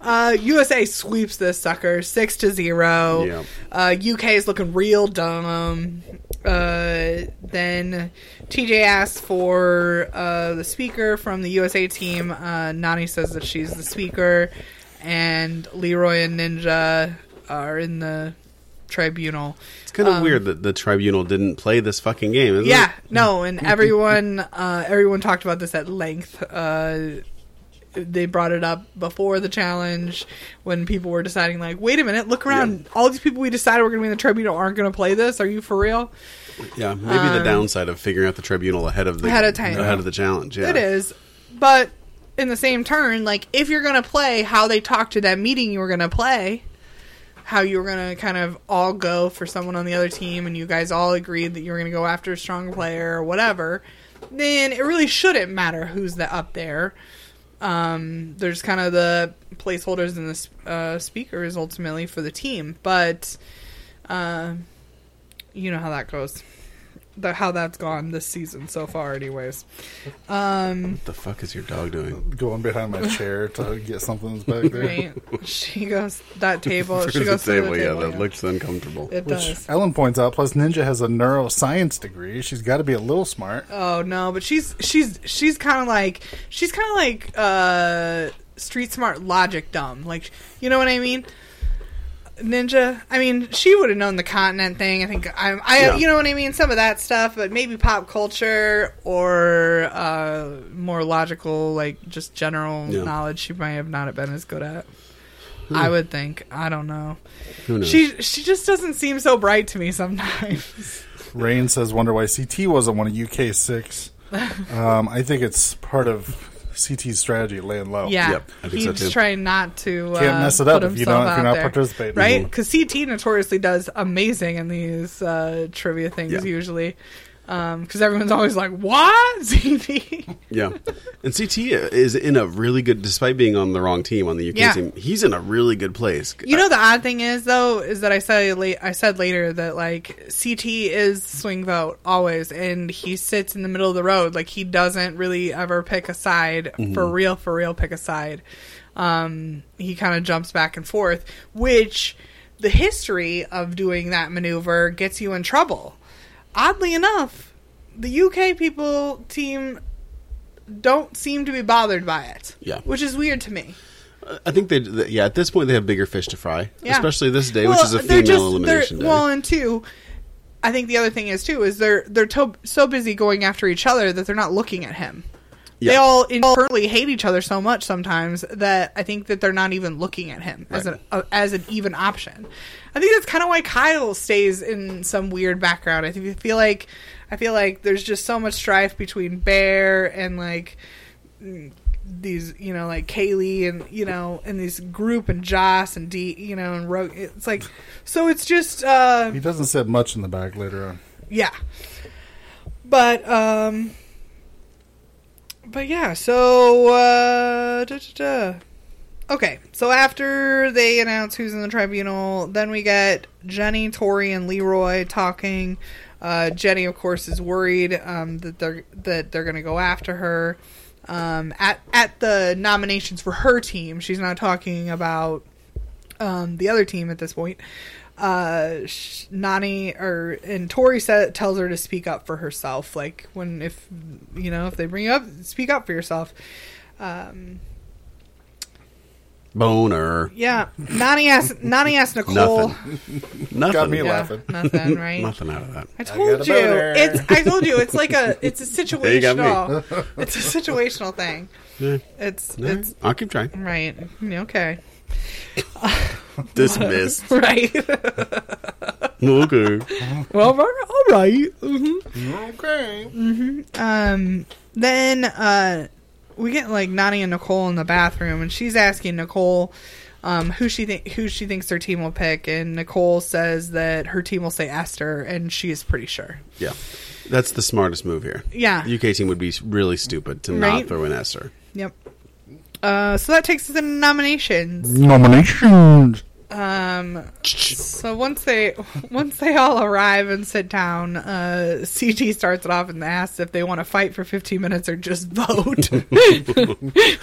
uh, USA sweeps this sucker six to zero. Yeah. Uh, UK is looking real dumb. Uh, then TJ asks for uh, the speaker from the USA team. Uh, Nani says that she's the speaker, and Leroy and Ninja are in the tribunal. It's kind of weird that the tribunal didn't play this fucking game. Isn't Um, Yeah, It? no, and everyone uh, everyone talked about this at length. Uh, they brought it up before the challenge when people were deciding, like, wait a minute, look around. All these people we decided were going to be in the tribunal aren't going to play this. Are you for real? Yeah, maybe the downside of figuring out the tribunal ahead of the Um, Ahead of time. ahead of the challenge. Yeah, It is, but in the same turn, like, if you're going to play how they talked to that meeting you were going to play. How you were gonna kind of all go for someone on the other team, and you guys all agreed that you were gonna go after a strong player or whatever, then it really shouldn't matter who's the up there. um, there's kind of the placeholders and the s- uh, speakers ultimately for the team, but uh, you know how that goes, the, how that's gone this season so far, anyways. Um, What the fuck is your dog doing? Going behind my chair to get something that's back there. right? she goes that table. There's She a goes through table, the yeah, table. that yeah. looks uncomfortable. it Which does. Ellen points out. Plus, Ninja has a neuroscience degree. She's got to be a little smart. Oh no, but she's she's she's kind of like she's kind of like uh street smart logic dumb. Like you know what I mean? Ninja. I mean, she would have known the continent thing. I think I I Yeah. you know what I mean, some of that stuff, but maybe pop culture or uh more logical like just general Yeah. Hmm. knowledge she might have not been as good at. I would think. I don't know. Who knows? She she just doesn't seem so bright to me sometimes. Rain says, "Wonder why CT wasn't one of UK six. Um, I think it's part of CT's strategy, laying low. Yeah, Yep, I think he's so too. trying not to uh, Can't mess it up put if you don't- himself if you're out not there. participating. Mm. right? Because CT notoriously does amazing in these uh, trivia things Yeah. usually. because everyone's always like, "What ZD?" Yeah, and CT is in a really good, despite being on the wrong team on the UK Yeah. team, he's in a really good place. You know the odd thing is though is that I said late, I said later that like CT is swing vote always and he sits in the middle of the road like he doesn't really ever pick a side for real for real pick a side. Um he kind of jumps back and forth which the history of doing that maneuver gets you in trouble. Oddly enough, the UK people team don't seem to be bothered by it. Yeah. Which is weird to me. I think they, th- yeah, at this point they have bigger fish to fry, Yeah. especially this day, which Well, is a they're female they're- elimination day. Well, and two, I think the other thing is too is they're they're to- so busy going after each other that they're not looking at him. They Yeah. all internally hate each other so much sometimes that I think that they're not even looking at him as Right. an uh, as an even option. I think that's kind of why Kyle stays in some weird background. I think I feel like I feel like there's just so much strife between Bear and like these you know like Kaylee and you know and this group and Joss and D you know and Rogue it's like so it's just uh He doesn't sit much in the back later on. yeah but um but yeah so uh duh, duh, duh. okay so after they announce who's in the tribunal then we get Jenny Tori and Leroy talking uh Jenny of course is worried um that they're that they're gonna go after her um at at the nominations for her team she's not talking about um, the other team at this point. Uh, sh- Nani or and Tori said tells her to speak up for herself. Like when if you know if they bring you up, speak up for yourself. Um, Boner, yeah, Nani asked Nani asked Nicole. nothing, Got me Yeah, laughing. nothing, right? nothing out of that. I told got a you. boner. It's I told you. It's like a it's a you got me. situational. it's a situational thing. Yeah. It's All right. it's I'll keep trying. right. Okay. Dismissed. Right. okay. well, all right. Mm-hmm. Okay. Um, then uh, we get like Nani and Nicole in the bathroom, and she's asking Nicole um, who she think who she thinks her team will pick, and Nicole says that her team will say Esther, and she is pretty sure. Yeah, that's the smartest move here. Yeah. UK team would be really stupid to Right? not throw in Esther. Yep. Uh, so that takes us into nominations. Nominations. Um, so once they once they all arrive and sit down, uh, CT starts it off and asks if they want to fight for 15 minutes or just vote.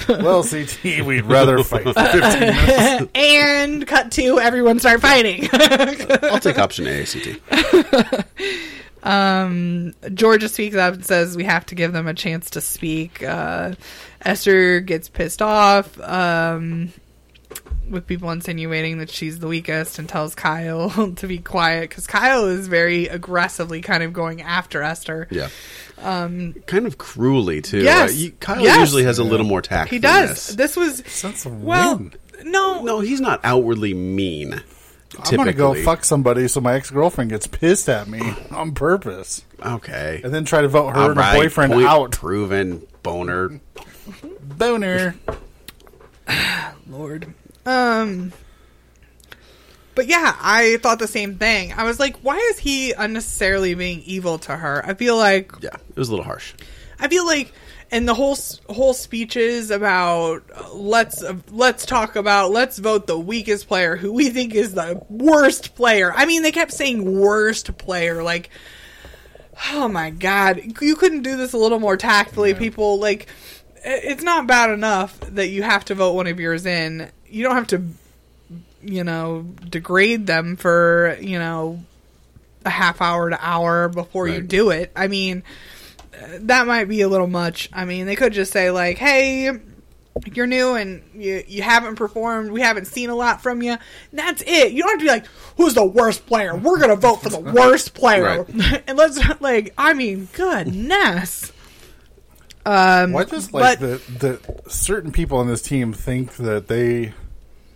Well, CT, we'd rather fight for 15 minutes. and cut to everyone start fighting. I'll take option A, CT. Um, Georgia speaks up and says we have to give them a chance to speak. Uh, Esther gets pissed off um, with people insinuating that she's the weakest and tells Kyle to be quiet because Kyle is very aggressively kind of going after Esther. Yeah. Um, kind of cruelly too. Yes. Uh, you- Kyle Yes. usually has a little more tact. He than does. This. This was Sense of well, win. no, No, he's not outwardly mean. I'm gonna go typically. fuck somebody so my ex girlfriend gets pissed at me on purpose, Okay. and then try to vote her All and right, her boyfriend point out. Proven boner. Boner. Lord. Um but yeah, I thought the same thing. I was like, why is he unnecessarily being evil to her? I feel like Yeah, it was a little harsh. I feel like and the whole s- whole speeches about uh, let's uh, let's talk about let's vote the weakest player who we think is the worst player. I mean, they kept saying worst player like oh my god, you couldn't do this a little more tactfully, people like i- it's not bad enough that you have to vote one of yours in. You don't have to you know degrade them for, you know, a half hour to hour before you Right. do it. I mean, uh, that might be a little much. I mean, they could just say like, "Hey, you're new and you you haven't performed. We haven't seen a lot from you. And that's it. You don't have to be like, who's the worst player? We're gonna vote for the worst player. and let's like, I mean, goodness. Um, Well, I just like but- that that certain people on this team think that they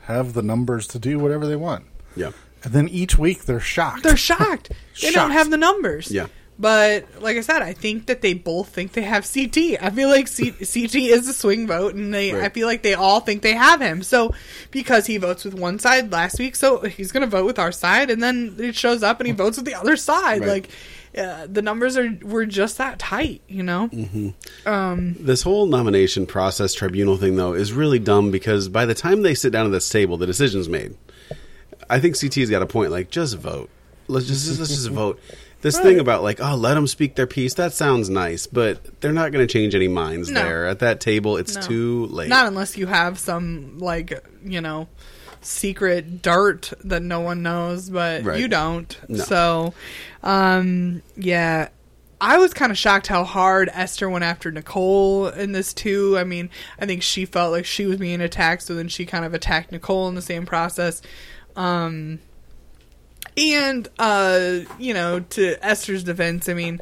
have the numbers to do whatever they want, Yeah. and then each week they're shocked. they're shocked. They don't Shocked. have the numbers. Yeah. But like I said, I think that they both think they have CT. I feel like C- CT is a swing vote, and they I Right. feel like they all think they have him. So because he votes with one side last week, so he's going to vote with our side, and then it shows up and he votes with the other side. Right. Like uh, the numbers are were just that tight, you know. This whole nomination process tribunal thing, though, is really dumb because by the time they sit down at this table, the decision's made. I think CT's got a point. Like, just vote. Let's just let's just vote. This thing about like, oh, let them speak their piece. That sounds nice, but they're not going to change any minds No. there at that table. It's No. too late. Not unless you have some like you know secret dirt that no one knows, but Right. you don't. No. So, um, yeah. I was kind of shocked how hard Esther went after Nicole in this too. I mean, I think she felt like she was being attacked, so then she kind of attacked Nicole in the same process. Um, and uh, you know, to Esther's defense, I mean,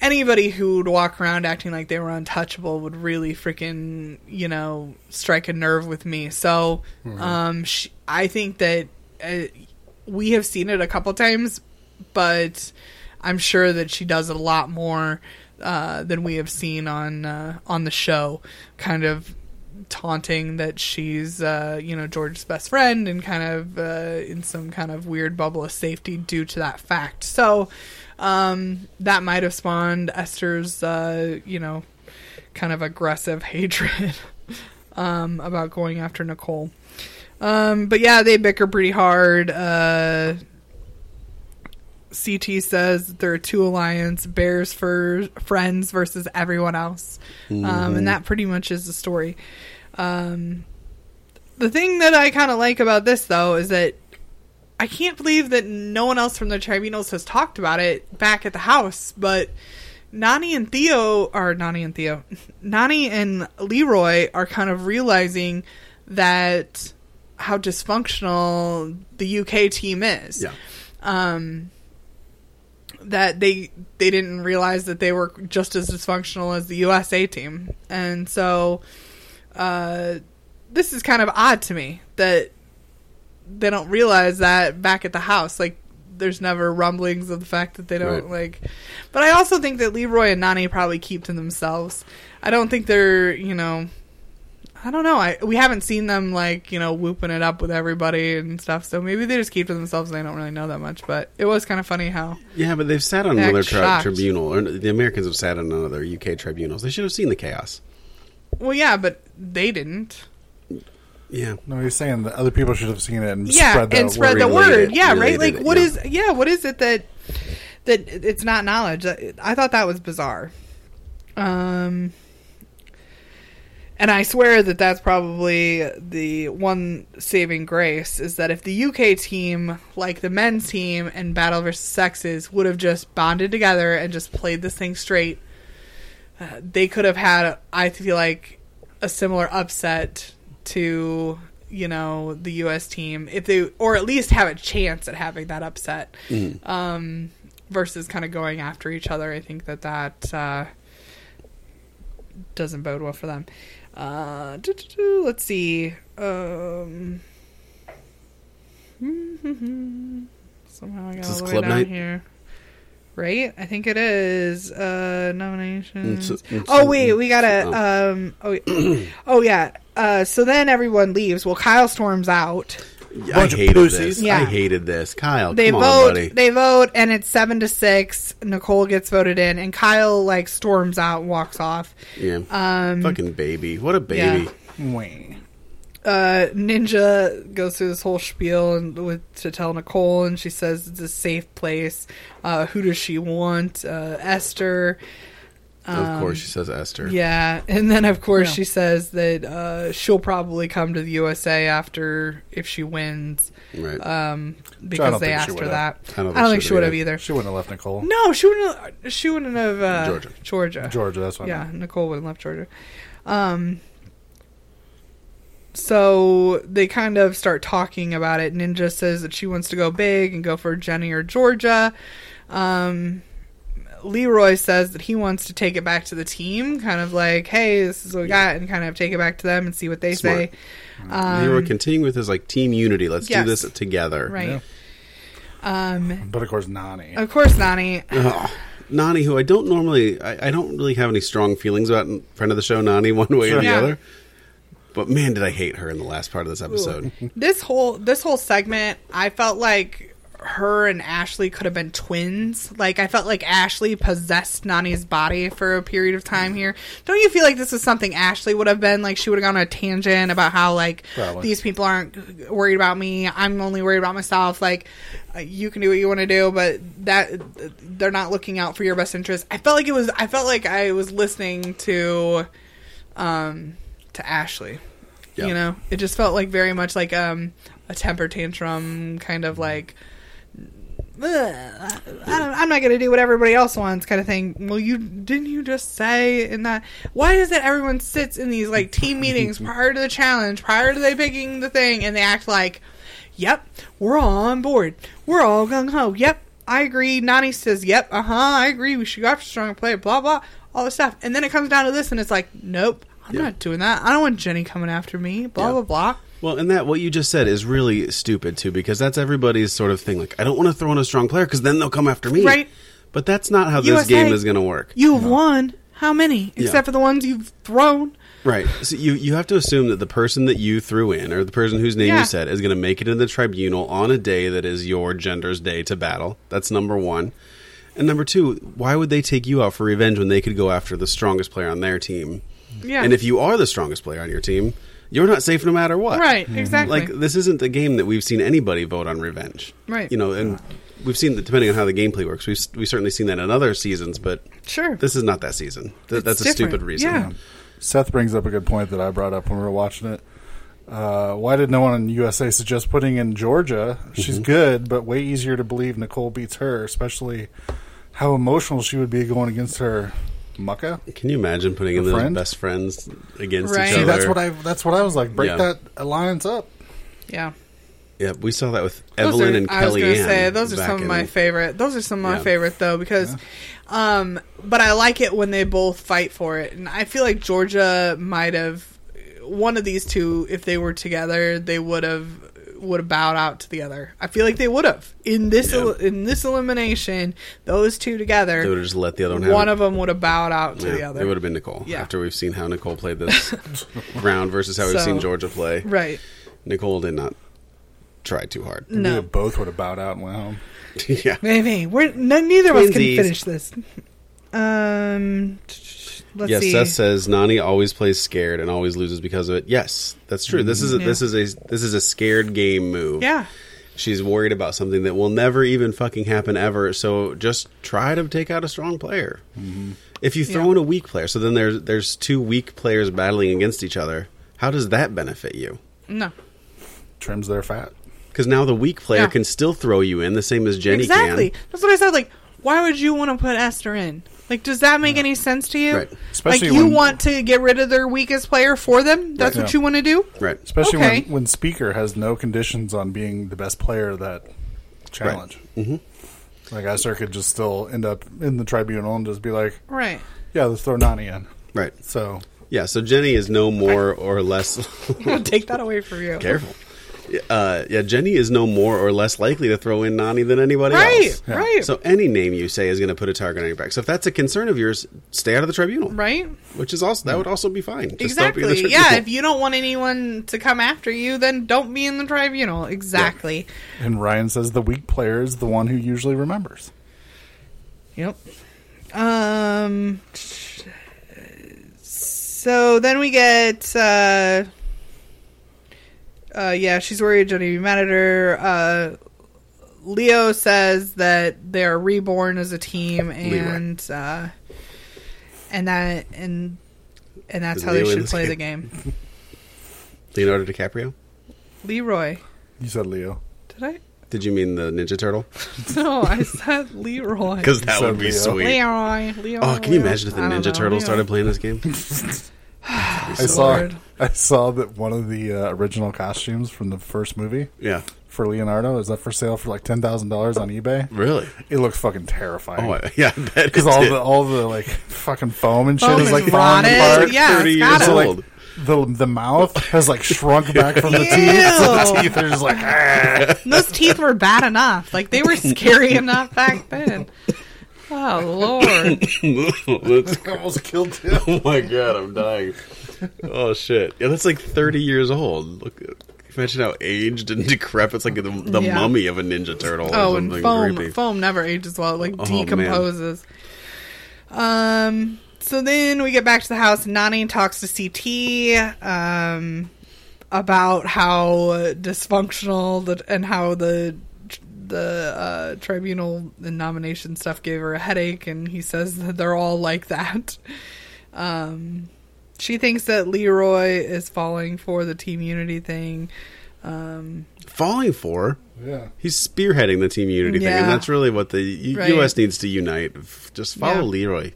anybody who would walk around acting like they were untouchable would really freaking, you know, strike a nerve with me. So, um, sh I think that uh, we have seen it a couple times, but I'm sure that she does it a lot more uh, than we have seen on uh, on the show. Kind of taunting that she's uh, you know George's best friend and kind of uh, in some kind of weird bubble of safety due to that fact. So um, that might have spawned Esther's uh, you know kind of aggressive hatred um, about going after Nicole. Um, but yeah, they bicker pretty hard. Uh, CT says that there are two alliance bears for friends versus everyone else, um, and that pretty much is the story. Um, the thing that I kind of like about this though is that I can't believe that no one else from the tribunals has talked about it back at the house, but Nani and Theo, or Nani and Theo, Nani and Leroy are kind of realizing that how dysfunctional the UK team is Yeah. that they they didn't realize that they were just as dysfunctional as the USA team, and so uh, this is kind of odd to me that they don't realize that back at the house. Like, there's never rumblings of the fact that they don't Right. like. But I also think that Leroy and Nani probably keep to themselves. I don't think they're you know. I don't know. I we haven't seen them like you know whooping it up with everybody and stuff. So maybe they just keep to themselves. and They don't really know that much. But it was kind of funny how Yeah, but they've sat on They're another tri- shocked. tribunal, or the Americans have sat on another UK tribunals. They should have seen the chaos. Well, yeah, but they didn't. Yeah, No, you're saying that other people should have seen it and Yeah, spread the and spread word. the word. Related- Yeah, right. related Like, it, what yeah. is? yeah. what is it that that it's not knowledge? I I thought that was bizarre. Um, and I swear that that's probably the one saving grace is that if the UK team, like the men's team and Battle versus Sexes, would have just bonded together and just played this thing straight, uh, they could have had, I feel like, a similar upset to you know the U.S. team if they, or at least have a chance at having that upset, Mm. um, versus kind of going after each other. I think that that. Uh, doesn't bode well for them. Uh, do, do, do, let's see. Um, somehow I got Is this all the way club down night? here. Right? I think it is. Uh, nominations. It's a- it's oh, a- wait. We got to. Um, oh, oh, yeah. Uh, so then everyone leaves. Well, Kyle storms out. I Bunch of hated pussies. this. I Yeah. hated this. Kyle, They come vote. on, buddy. They vote, and it's seven to six. Nicole gets voted in, and Kyle like storms out, and walks off. Yeah. Fucking baby. What a baby. um, yeah. Wah. uh, Ninja goes through this whole spiel and with to tell Nicole, and she says it's a safe place. Uh, who does she want? Uh, Esther. of course, she says Esther. Um, Yeah, and then of course she says that uh, she'll probably come to the USA after if she wins, Right. um, because they think she asked her would've. that. I don't think think she she would have would've either. She wouldn't have left Nicole. No, she wouldn't. have- She wouldn't have uh, Georgia. Georgia. Georgia, that's what I Yeah, meant. Nicole wouldn't left Georgia. Um, so they kind of start talking about it. Ninja says that she wants to go big and go for Jenny or Georgia. Um, Leroy says that he wants to take it back to the team, kind of like, "Hey, this is what we got," and kind of take it back to them and see what they Smart. say. they were continuing with this like team unity. Let's yes. do this together. Right. But of course, Nani. Of course, Nani. Ugh. Nani, who I don't normally, I, I don't really have any strong feelings about in front of the show, Nani, one way or Sure. the Yeah. other. But man, did I hate her in the last part of this episode. this whole this whole segment i felt like her and ashley could have been twins like i felt like ashley possessed nani's body for a period of time here don't you feel like this is something ashley would have been like she would have gone on a tangent about how like Probably. these people aren't worried about me i'm only worried about myself like uh, you can do what you want to do but that they're not looking out for your best interest i felt like it was i felt like i was listening to um to Ashley. Yeah. You know, it just felt like very much like um a temper tantrum kind of like "Ugh, I I don't, I'm not going to do what everybody else wants, kind of thing. Well, you didn't you just say in that? Why is it everyone sits in these like team meetings prior to the challenge, prior to they picking the thing, and they act like, "Yep, we're all on board, we're all gung ho." Yep, I agree. Nani says, "Yep, uh huh, I agree. We should go after strong play." Blah blah, all this stuff, and then it comes down to this, and it's like, "Nope, I'm Yeah. not doing that. I don't want Jenny coming after me." Blah Yeah. blah blah. Well, and that what you just said is really stupid too, because that's everybody's sort of thing. Like, I don't want to throw in a strong player because then they'll come after me. Right. But that's not how this USA. game is going to work. You've won how many? Except for the ones you've thrown. Right. So you you have to assume that the person that you threw in or the person whose name Yeah. you said is going to make it in the tribunal on a day that is your gender's day to battle. That's number 1. And number 2, why would they take you out for revenge when they could go after the strongest player on their team? Yeah. And if you are the strongest player on your team, you're not safe no matter what. Right, exactly. Like this isn't a game that we've seen anybody vote on revenge. Right. You know, and we've seen that depending on how the gameplay works. We've we've certainly seen that in other seasons, but Sure. This is not that season. Th- that's a different. stupid reason. Yeah. Seth brings up a good point that I brought up when we were watching it. Uh, why did no one in USA suggest putting in Georgia? She's good, but way easier to believe Nicole beats her, especially how emotional she would be going against her Mucka. Can you imagine putting in A those friend? best friends against Right. each See, other? That's what I. That's what I was like. Break Yeah. that alliance up. yeah. Yeah, we saw that with Those Evelyn are- and I was Kellyanne. gonna say those are back some of my in- favorite. Those are some of my Yeah. favorite though because, um, but I like it when they both fight for it, and I feel like Georgia might have one of these two if they were together, they would have would have bowed out to the other. I feel like they would have in this el- in this elimination. Those two together, They would have just let the other one have one it. of them would have bowed out to Yeah, the other. It would have been Nicole. Yeah. After we've seen how Nicole played this round versus how we've So- seen Georgia play, right? Nicole did not try too hard. Maybe No, they both would have bowed out and went home. yeah. maybe we're no, neither of us can Twinsies. finish this. Um, let's yes, see. Seth says Nani always plays scared and always loses because of it. Yes, that's true. This is a, Yeah. this is a this is a scared game move. Mm-hmm. yeah. She's worried about something that will never even fucking happen ever. So just try to take out a strong player. If you throw Mm-hmm. Yeah. in a weak player, so then there's there's two weak players battling against each other. How does that benefit you? No. Trims their fat. Because now the weak player Yeah. can still throw you in the same as Jenny exactly. can. That's what I said. Like, why would you want to put Esther in? Like, does that make any sense to you? Right. Especially like, you when- want to get rid of their weakest player for them. That's Right. what Yeah. you want to do. Right. Especially Okay. when, when Speaker has no conditions on being the best player of that challenge. Mm-hmm. Like Esther could just still end up in the tribunal and just be like, Right. "Yeah, let's throw Nani in." Right. So Yeah. So Jenny is no more or less I'll take that away from you. careful. Uh, yeah, Jenny is no more or less likely to throw in Nani than anybody Right, else. Yeah. right. So any name you say is going to put a target on your back. So if that's a concern of yours, stay out of the tribunal. Right. Which is also that would also be fine. Just don't be in the exactly. Yeah. tribunal. If you don't want anyone to come after you, then don't be in the tribunal. Exactly. And Ryan says the weak player is the one who usually remembers. Yep. Um. So then we get. Uh, uh, yeah, she's worried Jenny will be mad at her. Uh, Leo says that they're reborn as a team, and uh, and that and and that's Is how Leo they in should this play game? the game. Leonardo DiCaprio. Leroy, You said Leo. did I? Did you mean the Ninja Turtle? No, I said Leroy. Because that So would be Leo. sweet. Leroy, Leroy. Oh, can you imagine if the I don't Ninja know, Turtles Leo. started playing this game? I saw Lord. I saw that one of the uh, original costumes from the first movie Yeah. for Leonardo is up for sale for like ten thousand dollars on eBay. Really? It looks fucking terrifying. Oh, I- yeah. Because because all the all the like fucking foam and shit Foam is is like falling rotted. apart. Yeah, thirty it's years gotta- So, like, old. the the mouth has like shrunk back from the Ew. teeth. So the teeth are just like "Ah." And Those teeth were bad enough. Like they were scary enough back then. Oh Lord! That's- almost killed him. oh my god, I'm dying. Oh shit. Yeah, that's like 30 years old. Look, imagine how aged and decrepit. It's like the, the Yeah. mummy of a Ninja Turtle oh, or and something foam. creepy. Foam never ages well. It like Oh, man. decomposes. Um. So then we get back to the house. Nani talks to CT um, about how dysfunctional the, and how the the uh, tribunal and nomination stuff gave her a headache, and he says that they're all like that. Um, she thinks that Leroy is falling for the team unity thing. Um, Falling for. Yeah. He's spearheading the team unity thing, Yeah. and that's really what the U- Right. U.S. needs to unite. F- Just follow Yeah. Leroy.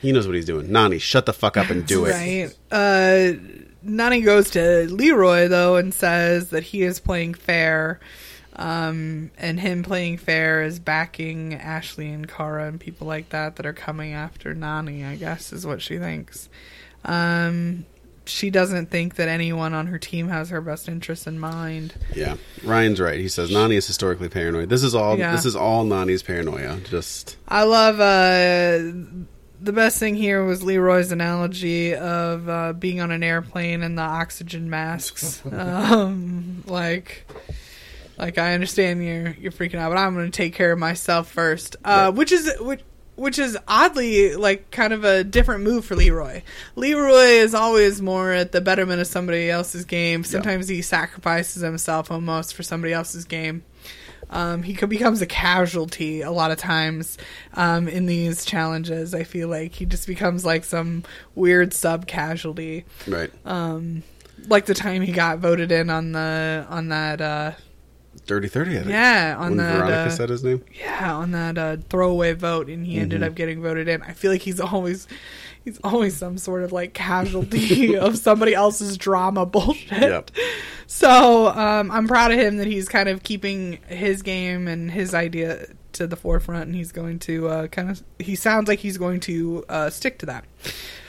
He knows what he's doing. Nani, shut the fuck up and do it. Right. Uh, Nani goes to Leroy though and says that he is playing fair, um, and him playing fair is backing Ashley and Kara and people like that that are coming after Nani. I guess is what she thinks. Um, she doesn't think that anyone on her team has her best interests in mind. Yeah, Ryan's right. He says Nani is historically paranoid. This is all. Yeah. This is all Nani's paranoia. Just I love uh, the best thing here was Leroy's analogy of uh, being on an airplane and the oxygen masks. um, like, like I understand you're you're freaking out, but I'm going to take care of myself first. Uh, Which is which. Which is oddly like kind of a different move for Leroy. Leroy is always more at the betterment of somebody else's game. Sometimes he sacrifices himself almost for somebody else's game. Um, he co- becomes a casualty a lot of times um, in these challenges. I feel like he just becomes like some weird sub casualty, right. Uh, like the time he got voted in on the on that uh, Dirty Thirty. I think. yeah on When that Veronica uh, said his name. yeah on that uh, throwaway vote, and he ended up getting voted in. I feel like he's always he's always some sort of like casualty of somebody else's drama bullshit. Yep. So um, I'm proud of him that he's kind of keeping his game and his idea to the forefront, and he's going to uh, kind of. He sounds like he's going to uh, stick to that.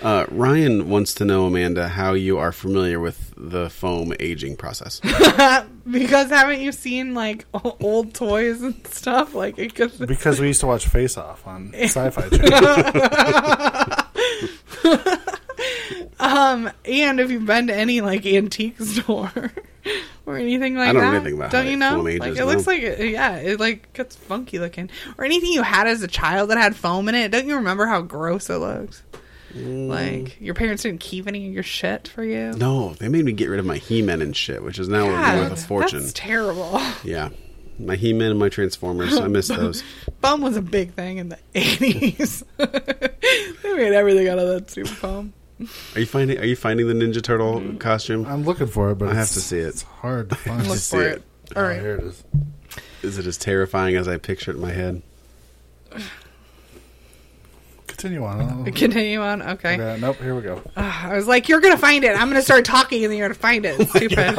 Uh, Ryan wants to know Amanda how you are familiar with the foam aging process. because haven't you seen like o- old toys and stuff? Like it could. Because we used to watch Face Off on Sci-Fi Channel. Um, and if you've been to any like antique store or anything like I don't know that, anything about don't how you it- know? foam ages, Like it no. looks like it, yeah, it like gets funky looking. Or anything you had as a child that had foam in it, don't you remember how gross it looks? Mm. Like your parents didn't keep any of your shit for you. no, they made me get rid of my He-Man and shit, which is now God, worth a fortune. That's terrible. yeah, my He-Man and my Transformers. I miss those. Foam was a big thing in the eighties. they made everything out of that super foam. Are you finding? Are you finding the Ninja Mm-hmm. Turtle costume? I'm looking for it, but I have it's- to see it. It's hard to find. Look see for it. it. All Oh, right. here it is. Is it as terrifying as I picture it in my head? Continue on. I don't know. Continue on. Okay. Yeah, nope. Here we go. Ugh, I was like, "You're gonna find it. I'm gonna start talking, and then you're gonna find Oh it." Stupid.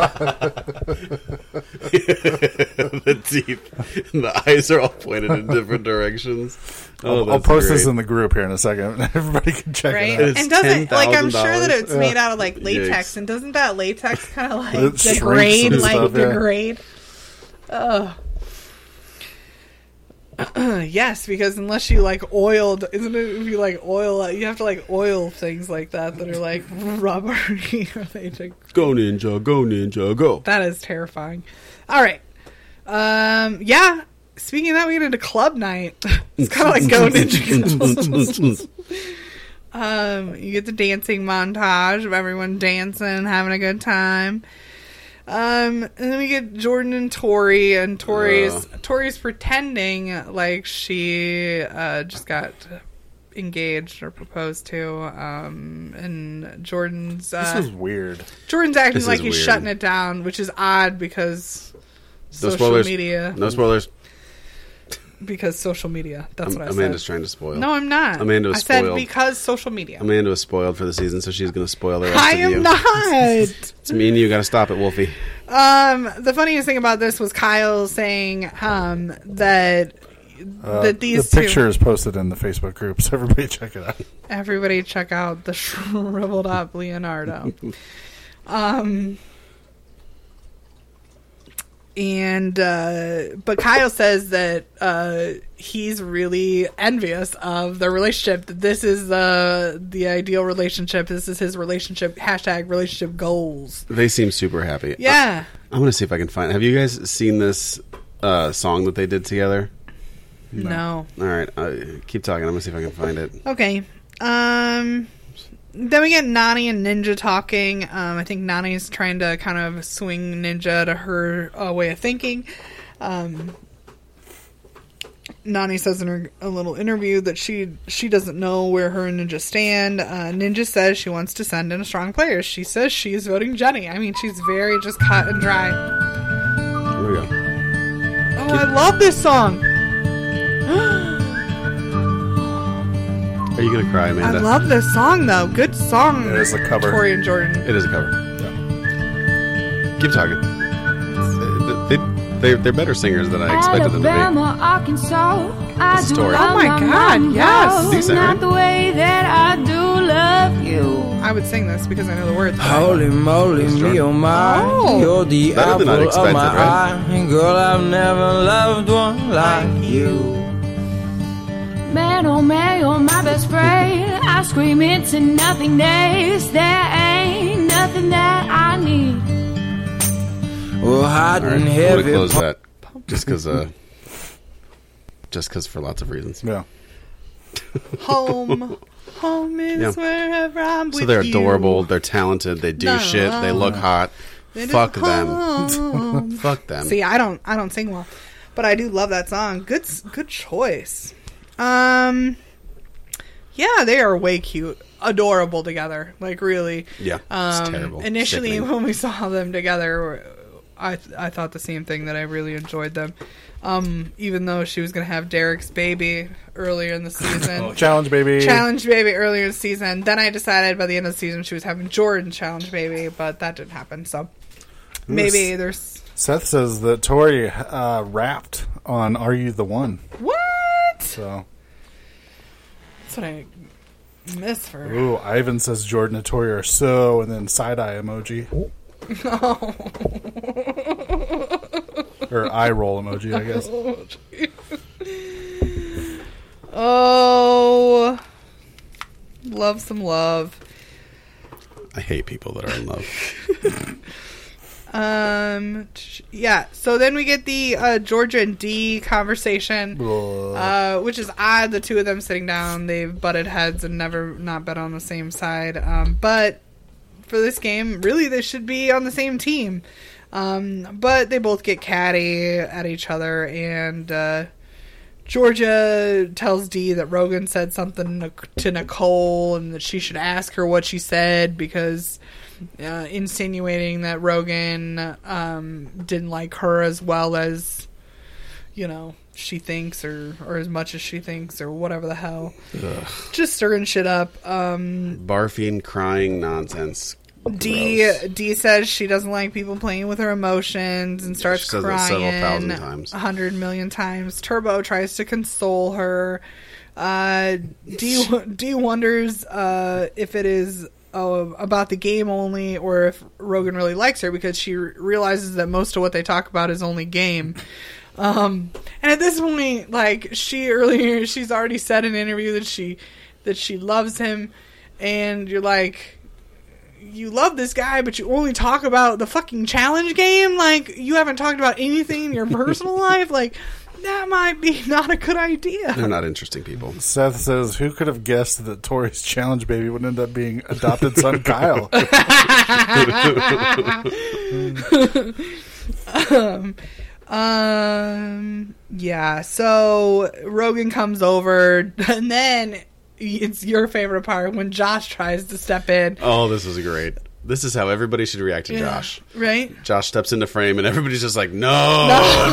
the teeth, and the eyes are all pointed in different directions. Oh, I'll, I'll that's post this great. in the group here in a second. Everybody can check right? it It's And doesn't like I'm sure that $10,000. it's made out of like latex, Yikes. and doesn't that latex kind of like It shrinks and degrade, like stuff, yeah. degrade? Ugh. yes, because unless you like oiled, isn't it? If you like oil, uh, you have to like oil things like that that are like rubbery. or they deg- Go ninja, go ninja, go. That is terrifying. All right. Um. Yeah. Speaking of that, we get into club night. It's kind of like going into. Um, you get the dancing montage of everyone dancing and having a good time. Um, and then we get Jordan and Tori, and Tori's Tori's pretending like she uh, just got engaged or proposed to. Um, and Jordan's uh, out. This is weird. Jordan's acting This like is he's weird. shutting it down, which is odd because No social spoilers. media. No spoilers. Because social media. That's Am- what I Amanda's said. trying to spoil. No, I'm not. Amanda was I said spoiled. because social media. Amanda was spoiled for the season, so she's going to spoil the rest I of you. am not. It's me and you. Got to stop it, Wolfie. Um, the funniest thing about this was Kyle saying um, that Uh, that these the two, picture is posted in the Facebook group, so everybody check it out. everybody check out the shriveled up Leonardo. um, and uh, but Kyle says that uh, he's really envious of the relationship. That this is the the ideal relationship. This is his relationship. Hashtag relationship goals. They seem super happy. Yeah. I, am gonna see if I can find. Have you guys seen this uh, song that they did together? no. All right, uh, keep talking. I'm gonna see if I can find it. Okay. Um. Then we get Nani and Ninja talking. Um, I think Nani's trying to kind of swing Ninja to her uh, way of thinking. Um, Nani says in her a little interview that she she doesn't know where her and Ninja stand. Uh, Ninja says she wants to send in a strong player. She says she is voting Jenny. I mean, she's very just cut and dry. Here we go. Oh, I love this song. Are you gonna cry, I Amanda? love this song though. Good song. It is a cover. Corey and Jordan. it is a cover. Keep talking. Uh, They, they, they're better singers than I expected them to Alabama, Arkansas. I It's a do story. love Oh my God, mom, yes. though, Decent, Not right? the way that I do love you. I would sing this because I know the words. but- Holy moly, me oh my, Oh. you're the Better than apple of unexpected, my right? eye, and girl, I've never loved one like you. Man, oh man, you're my best friend. I scream into nothingness. There ain't nothing that I need. Well, hot be. All and right, I'm gonna heavy, close that just because. Uh, just because for lots of reasons. Yeah. home. Home is Yeah. wherever I'm with So they're you. adorable. They're talented. They do No. shit. They look hot. It is Fuck them. home. Fuck them. See, I don't, I don't sing well, but I do love that song. Good, s- good choice. Um, yeah, they are way cute, adorable together. Like really. Yeah, it's Um, terrible. Initially, Sickening. when we saw them together, I I thought the same thing that I really enjoyed them. Um, even though she was gonna have Derek's baby earlier in the season. Oh, Challenge, baby. challenge baby earlier in the season. Then I decided by the end of the season she was having Jordan challenge baby, but that didn't happen. So maybe there's Seth says that Tori uh, rapped on "Are You the One," what? so. That's what I miss for. Ooh, Ivan says Jordan and Tori are so, and then side eye emoji. Oh. or eye roll emoji, I guess. Oh, love some love. I hate people that are in love. Um, sh- yeah. So then we get the uh, Georgia and D conversation. Uh, which is odd. The two of them sitting down, they've butted heads and never not been on the same side. Um, but for this game, really, they should be on the same team. Um, but they both get catty at each other, and uh, Georgia tells Dee that Rogan said something nic- to Nicole and that she should ask her what she said because uh, insinuating that Rogan um, didn't like her as well as you know she thinks or or as much as she thinks or whatever the hell just stirring shit up um Barfing, crying nonsense. d Gross. d says she doesn't like people playing with her emotions and starts She says that several crying thousand times. a hundred million times turbo tries to console her uh d d wonders uh if it is uh, about the game only or if rogan really likes her because she r- realizes that most of what they talk about is only game Um, and at this point, like she earlier, she's already said in an interview that she that she loves him, and you're like, you love this guy, but you only talk about the fucking challenge game. Like you haven't talked about anything in your personal life. Like that might be not a good idea. They're not interesting people. Seth says, "Who could have guessed that Tori's challenge baby would end up being adopted son Kyle?" Um, yeah. So Rogan comes over, and then it's your favorite part when Josh tries to step in. Oh, this is great. This is how everybody should react to Josh. right? Josh steps into frame and everybody's just like, no,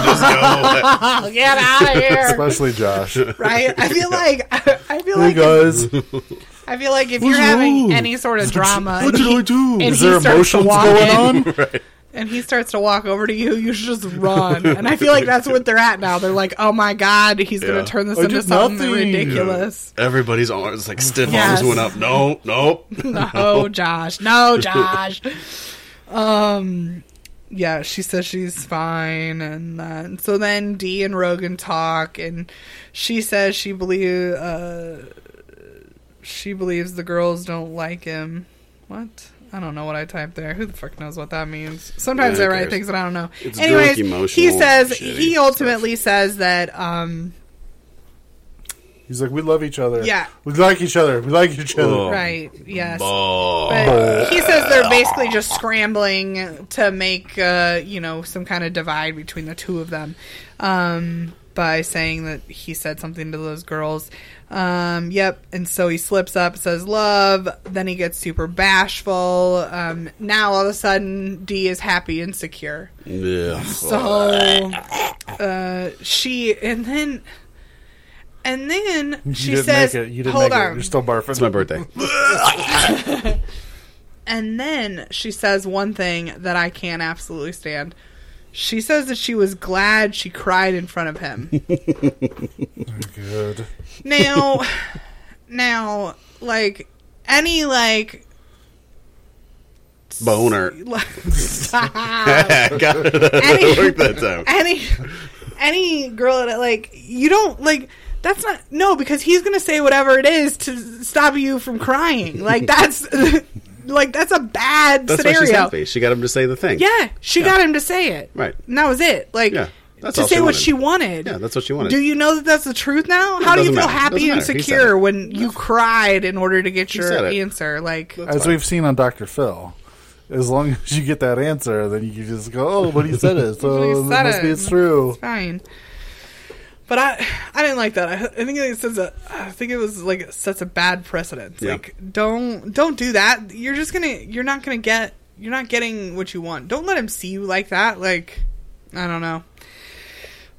just go. away." Oh, get out of here! Especially Josh. hey right? I feel like I, I feel like if, guys, I feel like if you're having any sort of drama, and he, do? and Is he there starts to emotions walk going in. on? and he starts to walk over to you, you should just run. and I feel like that's what they're at now. They're like, "Oh my god, he's Yeah. going to turn this I into did something nothing. ridiculous." Everybody's arms, like stiff Yes. arms went up. No, no. No, Josh. No, Josh. Um yeah, she says she's fine, and uh, so then Dee and Rogan talk, and she says she believe uh, she believes the girls don't like him. What? I don't know what I typed there. Who the fuck knows what that means? Sometimes Yeah, I who write cares? things that I don't know. It's Anyways, drunk, he emotional, says shitty he stuff. ultimately says that um, He's like, we love each other. Yeah. We like each other. We like each other. Ugh. right, yes. Oh, But he says they're basically just scrambling to make uh, you know some kind of divide between the two of them um, by saying that he said something to those girls. Um, yep, and so he slips up, says love. Then he gets super bashful. Um, now all of a sudden, D is happy and secure. Yeah. So uh, she and then and then she you didn't says, make it. You didn't "Hold make on, it. You're still barfing. It's my birthday. And then she says one thing that I can't absolutely stand. She says that she was glad she cried in front of him. Good. now, now, like any like Boner. stop. Got it. That worked that time. any any girl that like you don't like that's not no because he's gonna say whatever it is to stop you from crying. Like that's like that's a bad That's why scenario. she's happy. She got him to say the thing. Yeah, she got him to say it. Right. And that was it. Like, Yeah, that's to all say she what wanted. she wanted. Yeah, that's what she wanted. Do you know that that's the truth now? How do you feel doesn't matter. happy Doesn't and matter. He said secure it. when you cried in order to get your said it. answer? Like, As we've seen on Dr. Phil, as long as you get that answer, then you can just go, oh, but he said it. But he So it said must be it. it's true. fine. But I, I didn't like that. I, I think it says a, I think it was like it sets a bad precedent. Yeah. Like, don't don't do that. You're just gonna, you're not gonna get, you're not getting what you want. Don't let him see you like that. Like, I don't know.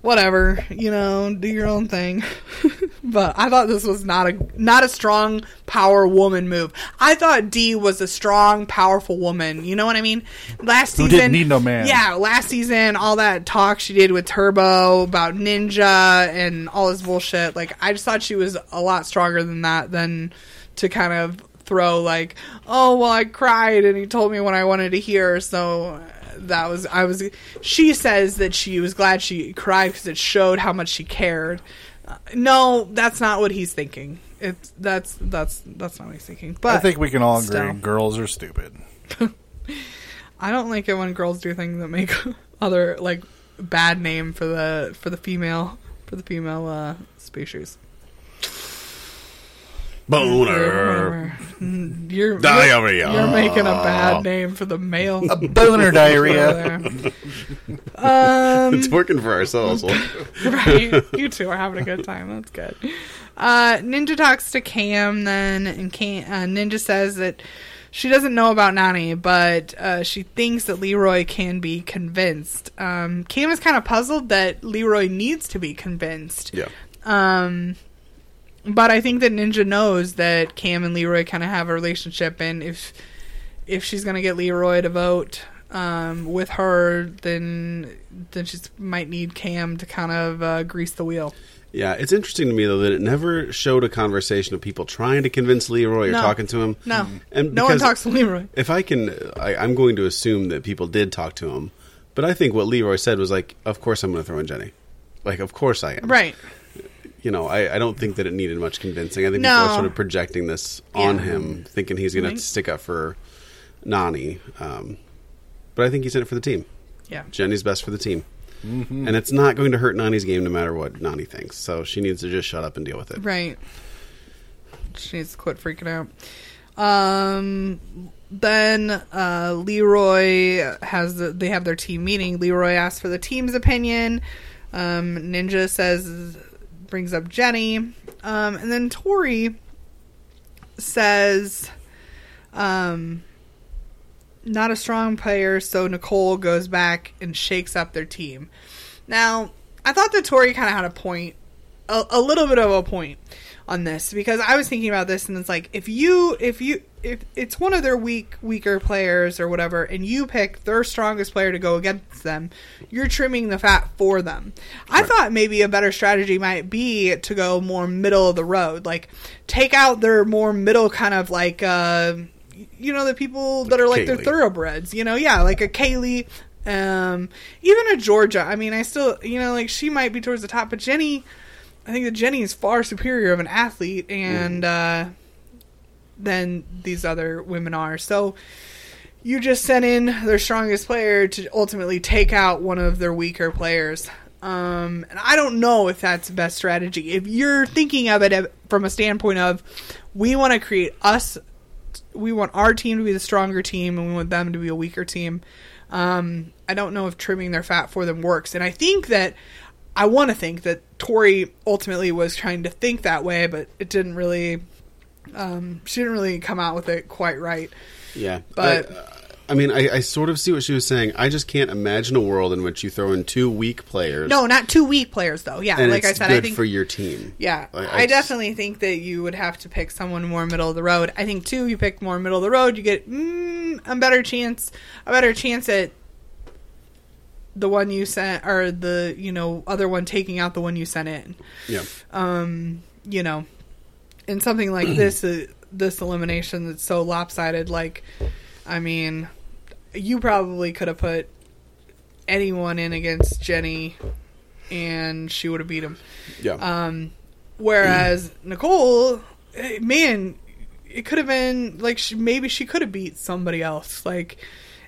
Whatever, you know, do your own thing. but I thought this was not a not a strong power woman move. I thought Dee was a strong, powerful woman. You know what I mean? Last Who season, didn't need no man. Yeah, yeah, last season, all that talk she did with Turbo about Ninja and all this bullshit, like, I just thought she was a lot stronger than that, than to kind of throw, like, oh, well, I cried and he told me what I wanted to hear, so that was, I was, she says that she was glad she cried because it showed how much she cared. Uh, no, that's not what he's thinking. It's, that's, that's, that's not what he's thinking. But I think we can all agree Still. girls are stupid. I don't like it when girls do things that make other like bad name for the for the female for the female uh, species. Boner. Whatever. Mm, You're you're, Diarrhea. you're making a bad name for the male. Boner diarrhea. over there. um, It's working for ourselves. right. You two are having a good time. That's good. Uh, Ninja talks to Cam then, and Cam, uh, Ninja says that she doesn't know about Nani, but uh, she thinks that Leroy can be convinced. Um, Cam is kind of puzzled that Leroy needs to be convinced. yeah. Um, but I think that Ninja knows that Cam and Leroy kind of have a relationship, and if if she's gonna get Leroy to vote um, with her, then then she might need Cam to kind of uh, grease the wheel. Yeah, it's interesting to me though that it never showed a conversation of people trying to convince Leroy or No. talking to him. Mm-hmm. No, and no one because Um, talks to Leroy. If I can, I, I'm going to assume that people did talk to him, but I think what Leroy said was like, "Of course, I'm going to throw in Jenny. Like, of course I am. Right. You know, I, I don't think that it needed much convincing. I think No. people are sort of projecting this on Yeah. him, thinking he's going Right. to stick up for Nani. Um, but I think he's in it for the team. Yeah. Jenny's best for the team. And it's not going to hurt Nani's game no matter what Nani thinks. So she needs to just shut up and deal with it. Right. She needs to quit freaking out. Um, then uh, Leroy has the, they have their team meeting. Leroy asks for the team's opinion. Um, Ninja says brings up Jenny, um, and then Tori says, um, not a strong player. So Nicole goes back and shakes up their team. Now I thought that Tori kind of had a point a, a little bit of a point on this because I was thinking about this and it's like if you if you if it's one of their weak weaker players or whatever and you pick their strongest player to go against them, you're trimming the fat for them. I thought maybe a better strategy might be to go more middle of the road, like take out their more middle kind of like uh you know the people that are like their Kaylee. thoroughbreds, you know, yeah, like a Kaylee Um, even a Georgia. I mean, I still, you know, like she might be towards the top, but Jenny, I think that Jenny is far superior of an athlete, and uh, than these other women are. So you just sent in their strongest player to ultimately take out one of their weaker players. Um, and I don't know if that's the best strategy. If you're thinking of it uh, from a standpoint of we want to create us, we want our team to be the stronger team, and we want them to be a weaker team. Um, I don't know if trimming their fat for them works. And I think that I want to think that Tori ultimately was trying to think that way, but it didn't really. Um, she didn't really come out with it quite right. Yeah, But- I, I mean, I, I sort of see what she was saying. I just can't imagine a world in which you throw in two weak players. No, not two weak players though. Yeah, and like I it's said, good I think for your team. Yeah, I- I, I- definitely think that you would have to pick someone more middle of the road. I think too, you pick more middle of the road, you get mm, a better chance, a better chance at the one you sent or the you know other one taking out the one you sent in. Yeah, You know, and something like this, uh, this elimination that's so lopsided. Like, I mean, you probably could have put anyone in against Jenny, and she would have beat him. yeah. uh, Whereas Nicole, eh, man, it could have been like she, maybe she could have beat somebody else, like,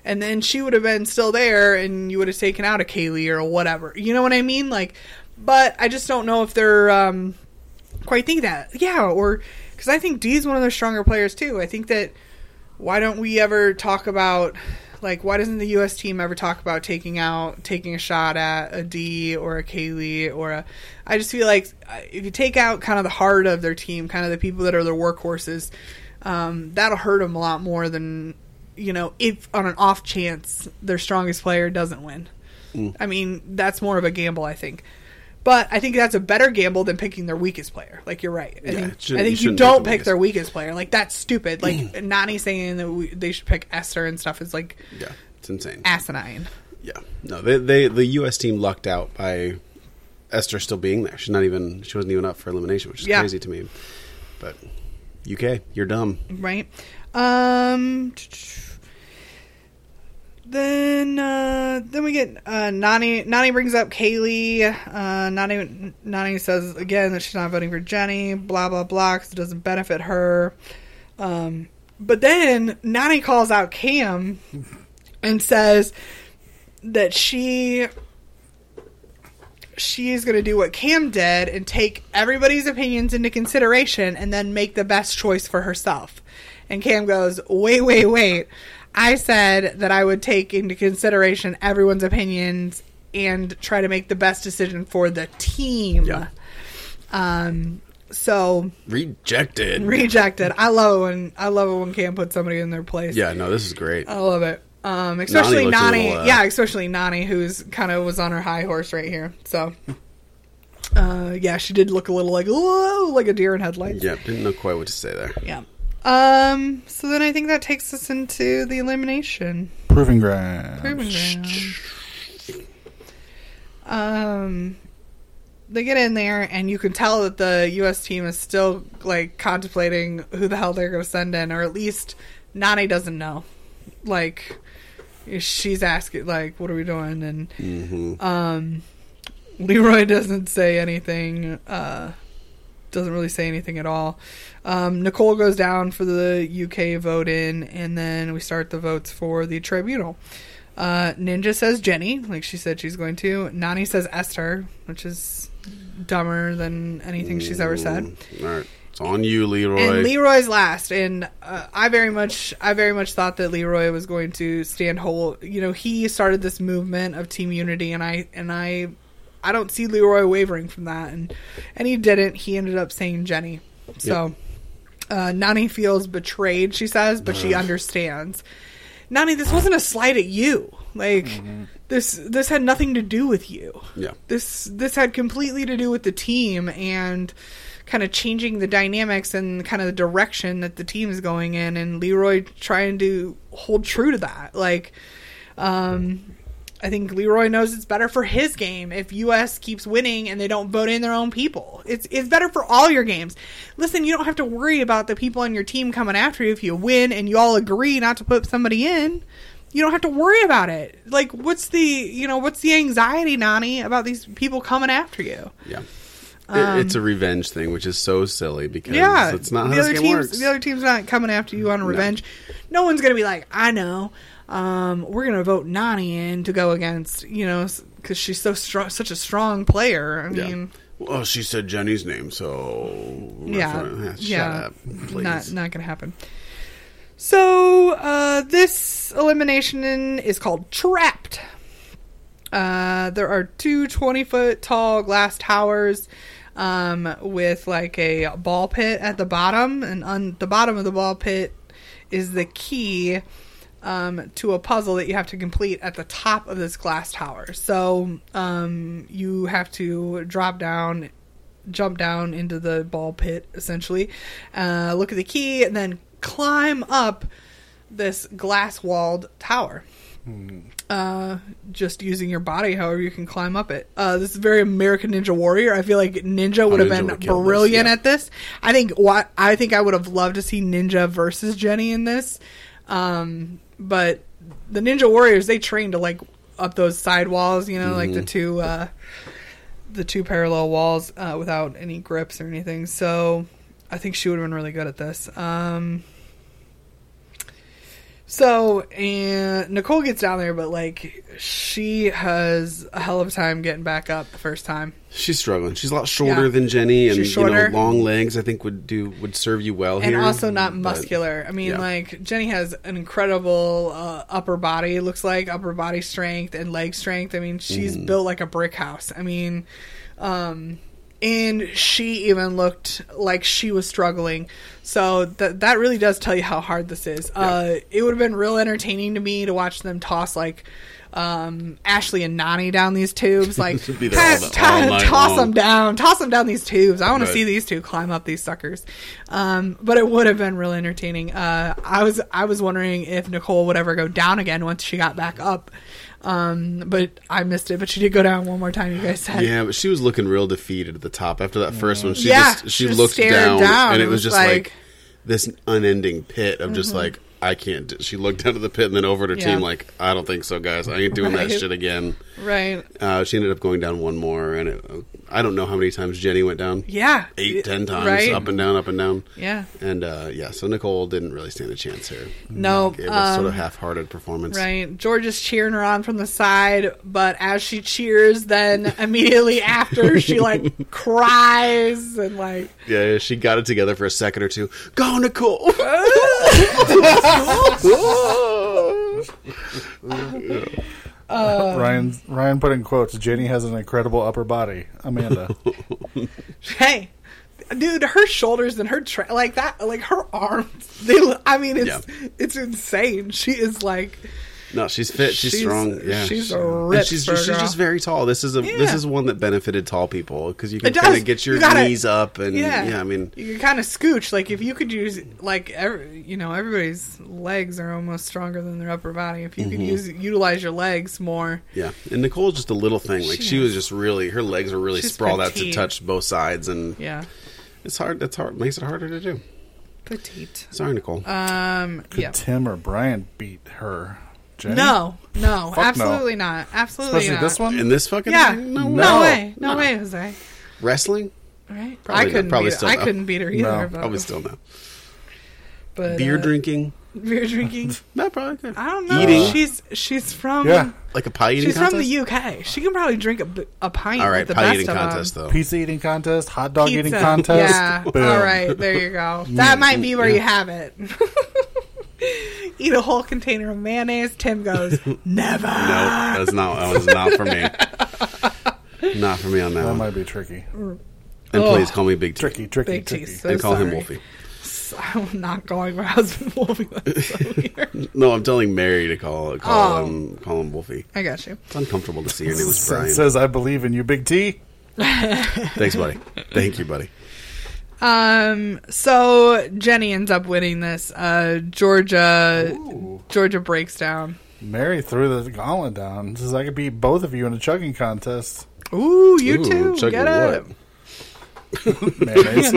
and then she would have been still there, and you would have taken out a Kaylee or whatever. You know what I mean? Like, but I just don't know if they're um, quite think that. Yeah, or because I think Dee's one of their stronger players too. I think that why don't we ever talk about like why doesn't the U.S. team ever talk about taking out taking a shot at a D or a Kaylee or a? I just feel like uh, if you take out kind of the heart of their team, kind of the people that are their workhorses, um, that'll hurt them a lot more than you know if on an off chance their strongest player doesn't win. I mean that's more of a gamble, I think. But I think that's a better gamble than picking their weakest player. Like you're right. I think, it shouldn't- I think you you, shouldn't pick don't the pick their weakest player. Like that's stupid. Like Nani saying that we, they should pick Esther and stuff is like yeah, it's insane. asinine. Yeah, no, they, they the U.S. team lucked out by Esther still being there. She's not even she wasn't even up for elimination, which is Yeah. crazy to me. But UK, you're dumb. right? Um, then uh, then we get uh, Nani. Nani brings up Kaylee. Uh, Nani Nani says again that she's not voting for Jenny. Blah blah blah because it doesn't benefit her. Um, but then Nani calls out Cam and says that she she's going to do what Cam did and take everybody's opinions into consideration and then make the best choice for herself. And Cam goes, wait, wait, wait. I said that I would take into consideration everyone's opinions and try to make the best decision for the team. Yeah. Um, so Rejected. rejected. I love it when I love it when Cam puts somebody in their place. yeah, no, this is great. I love it. Um, especially looks a Nani. little, uh, yeah, especially Nani, who's kind of was on her high horse right here. So, uh, yeah, she did look a little like whoa, like a deer in headlights. yeah, didn't know quite what to say there. Yeah. Um. So then I think that takes us into the elimination. Proving ground. Proving ground. Um, they get in there, and you can tell that the U.S. team is still like contemplating who the hell they're going to send in, or at least Nani doesn't know. Like, she's asking, like, what are we doing? And um, Leroy doesn't say anything. Uh, doesn't really say anything at all. Um, Nicole goes down for the UK vote in, and then we start the votes for the tribunal. Uh, Ninja says Jenny, like she said she's going to. Nani says Esther, which is dumber than anything she's ever said. Mm, All right, it's on you, Leroy. And Leroy's last, and uh, I very much, I very much thought that Leroy was going to stand whole. You know, he started this movement of team unity, and I, and I, I don't see Leroy wavering from that, and and he didn't. He ended up saying Jenny. So, uh, Nani feels betrayed. She says, but she understands. Nani, this wasn't a slight at you. Like this, this had nothing to do with you Mm-hmm. yeah, this this had completely to do with the team and kind of changing the dynamics and kind of the direction that the team is going in and Leroy trying to hold true to that. Like um I think Leroy knows it's better for his game if US keeps winning and they don't vote in their own people. It's it's better for all your games. Listen, you don't have to worry about the people on your team coming after you if you win and you all agree not to put somebody in. you don't have to worry about it. Like, what's the you know what's the anxiety, Nani, about these people coming after you? Yeah. It- it's a revenge thing, which is so silly because Um, Yeah, it's not how the this other game team's works. the other team's not coming after you on revenge. No, one's gonna be like, I know. Um, we're gonna vote Nani in to go against you know because she's so strong, such a strong player. I Yeah. mean, Well, she said Jenny's name, so yeah, refer- yeah, "Ah, shut up, please. not not gonna happen. So uh, this elimination is called Trapped. Uh, there are two 20 foot tall glass towers um, with like a ball pit at the bottom, and on the bottom of the ball pit is the key um, to a puzzle that you have to complete at the top of this glass tower. So um, you have to drop down. Jump down into the ball pit, essentially. Uh, look at the key, and then climb up this glass-walled tower uh, just using your body however you can climb up it. Uh, this is very American Ninja Warrior. I feel like Ninja would have Oh, Ninja been would kill this, brilliant yeah. at this. I think what I think I would have loved to see Ninja versus Jenny in this. Um, but the Ninja Warriors they train to like up those side walls, you know, like Mm-hmm. the two uh, the two parallel walls uh, without any grips or anything. So I think she would have been really good at this. Um, so and Nicole gets down there, but like she has a hell of a time getting back up the first time. She's struggling. She's a lot shorter Yeah. than Jenny, and She's you know, shorter. long legs I think would do would serve you well and here, also not but- muscular. I mean, yeah. like Jenny has an incredible uh, upper body. it Looks like upper body strength and leg strength. I mean, she's Mm. built like a brick house. I mean, um, and she even looked like she was struggling. So that that really does tell you how hard this is. Uh, it would have been real entertaining to me to watch them toss like. Um, Ashley and Nani down these tubes, like Should be there pass- all the- ta- all night toss long. them down, toss them down these tubes. I want Right. to see these two climb up these suckers. Um, but it would have been real entertaining. Uh, I was I was wondering if Nicole would ever go down again once she got back up. Um, but I missed it. But she did go down one more time. You guys said, Yeah, but she was looking real defeated at the top after that first one. She Yeah, just she she just looked stared down, down and it and was was just like, like- Mm-hmm. this unending pit of just like I can't. Do, she looked down to the pit and then over to her Yeah. team like I don't think so, guys. I ain't doing that Right. shit again. right? Uh, she ended up going down one more, and it, I don't know how many times Jenny went down. Yeah, eight, ten times, Right? up and down, up and down. Yeah. and uh, yeah. So Nicole didn't really stand a chance here. no, It was um, sort of half-hearted performance. Right. George is cheering her on from the side, but as she cheers, then immediately after she like cries and like Yeah, she got it together for a second or two. Go, Nicole. Ryan Ryan put in quotes. Jenny has an incredible upper body. Amanda. hey dude her shoulders and her tra- like that like her arms they l- i mean it's Yeah. it's insane she is like No, she's fit. She's, She's- strong. Yeah, she's a And ripped She's, for a she's girl. just very tall. This is a this Yeah. is one that benefited tall people because you can It does. kind of get your You gotta- knees up and yeah. yeah I mean, you can kind of scooch like if you could use like every, you know everybody's legs are almost stronger than their upper body if Mm-hmm. you could use utilize your legs more yeah. And Nicole's just a little thing. Like she, was just really her legs were really She's sprawled out to petite. touch both sides, and yeah it's hard. It's hard. Makes it harder to do. petite Sorry, Nicole. um Could yeah Tim or Brian beat her? Jenny? no no no. absolutely not absolutely Especially not this one? In this fucking yeah thing? no, way no, way jose Wrestling right Probably i not. couldn't Probably beat, still i no. couldn't beat her either No, but, probably still no. uh, but, Beer uh, drinking. beer drinking. No, probably could. I don't know. Eating. She's she's from Yeah. Like a pie eating she's contest. from the UK. She can probably drink a, b- a pint. All like right, the pie best eating of contest them. though. Pizza eating contest, hot dog eating Pizza. contest. Yeah. Boom. All right, there you go. That might be where you have it. Eat a whole container of mayonnaise. Tim goes never. No, that's not. That was not for me. Not for me on that, That one. might be tricky. and Ugh. please call me Big T. Oh Tricky, tricky, Big tricky. teeth. and So call him sorry. Wolfie. I'm not calling my husband Wolfie. That's so weird. No, I'm telling Mary to call call Oh. him call him Wolfie. I got you. It's uncomfortable to see your name is It Brian. says, "I believe in you, Big T." Thanks, buddy. Thank you, buddy. Um, so Jenny ends up winning this. Uh, Georgia, Georgia breaks down. Mary threw the gauntlet down. Says, "I could beat both of you in a chugging contest." Ooh, you too. chugging Get up. what? Mayonnaise.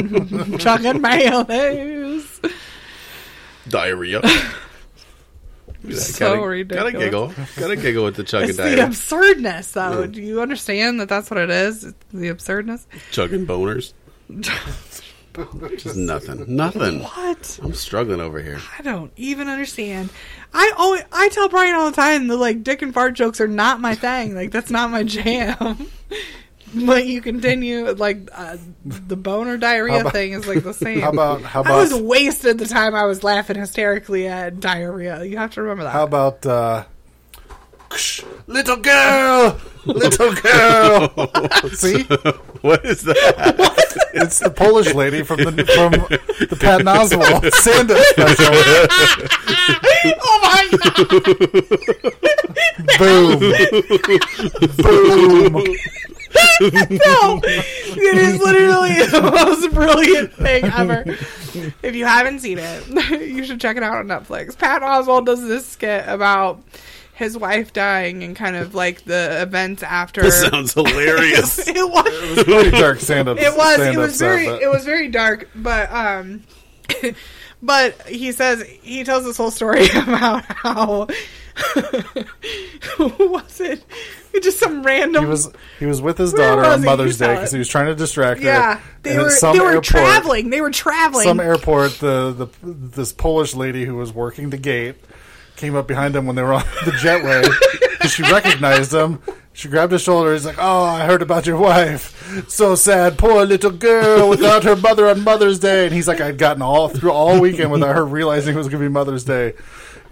chugging mayonnaise. Diarrhea. So gotta, ridiculous. Gotta giggle. Gotta giggle with the chug It's and the diet. absurdness, though. Do you understand that that's what it is? It's the absurdness. Chugging boners. Just nothing. Nothing. What? I'm struggling over here. I don't even understand. I always, I tell Brian all the time that like dick and fart jokes are not my thing. Like that's not my jam. but you continue like uh, the boner diarrhea about- thing is like the same. How about how I was about wasted the time I was laughing hysterically at diarrhea. You have to remember that. how about uh, little girl, little girl? See, What is that? it's the Polish lady from the from the Pat Oswalt Santa special. oh my god! Boom, boom. No, it is literally the most brilliant thing ever. If you haven't seen it, you should check it out on Netflix. Pat Oswald does this skit about his wife dying and kind of like the events after. This sounds hilarious. it was. Pretty dark stand up. It was. It was very. It was very dark. But um, but he says he tells this whole story about how who was it? Just some random. He was he was with his Where daughter was on it? Mother's You saw Day because it. he was trying to distract her. yeah, they And at were. some They were airport- traveling. They were traveling. Some airport, the the this Polish lady who was working the gate came up behind him when they were on the jetway. 'Cause she recognized him. She grabbed his shoulder. He's like, "Oh, I heard about your wife. So sad, poor little girl without her mother on Mother's Day." And he's like, "I'd gotten all through all weekend without her realizing it was going to be Mother's Day."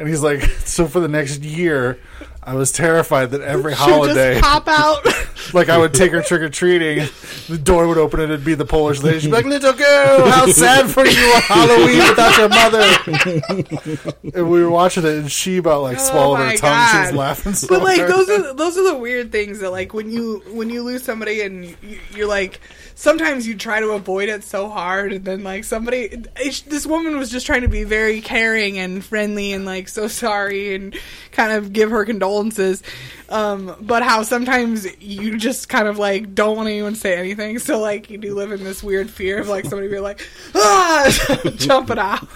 And he's like, "So for the next year." I was terrified that every She would holiday just pop out. like I would take her trick or treating, the door would open and it'd be the Polish lady. She'd be like, "Little girl, how sad for you on Halloween without your mother." and we were watching it, and she about like swallowed Oh my her tongue. She God. was laughing so but like hard. those are those are the weird things that like when you when you lose somebody and you, you're like sometimes you try to avoid it so hard and then like somebody it, this woman was just trying to be very caring and friendly and like so sorry and kind of give her condolences um but how sometimes you just kind of like don't want anyone to say anything so like you do live in this weird fear of like somebody being like ah jumping out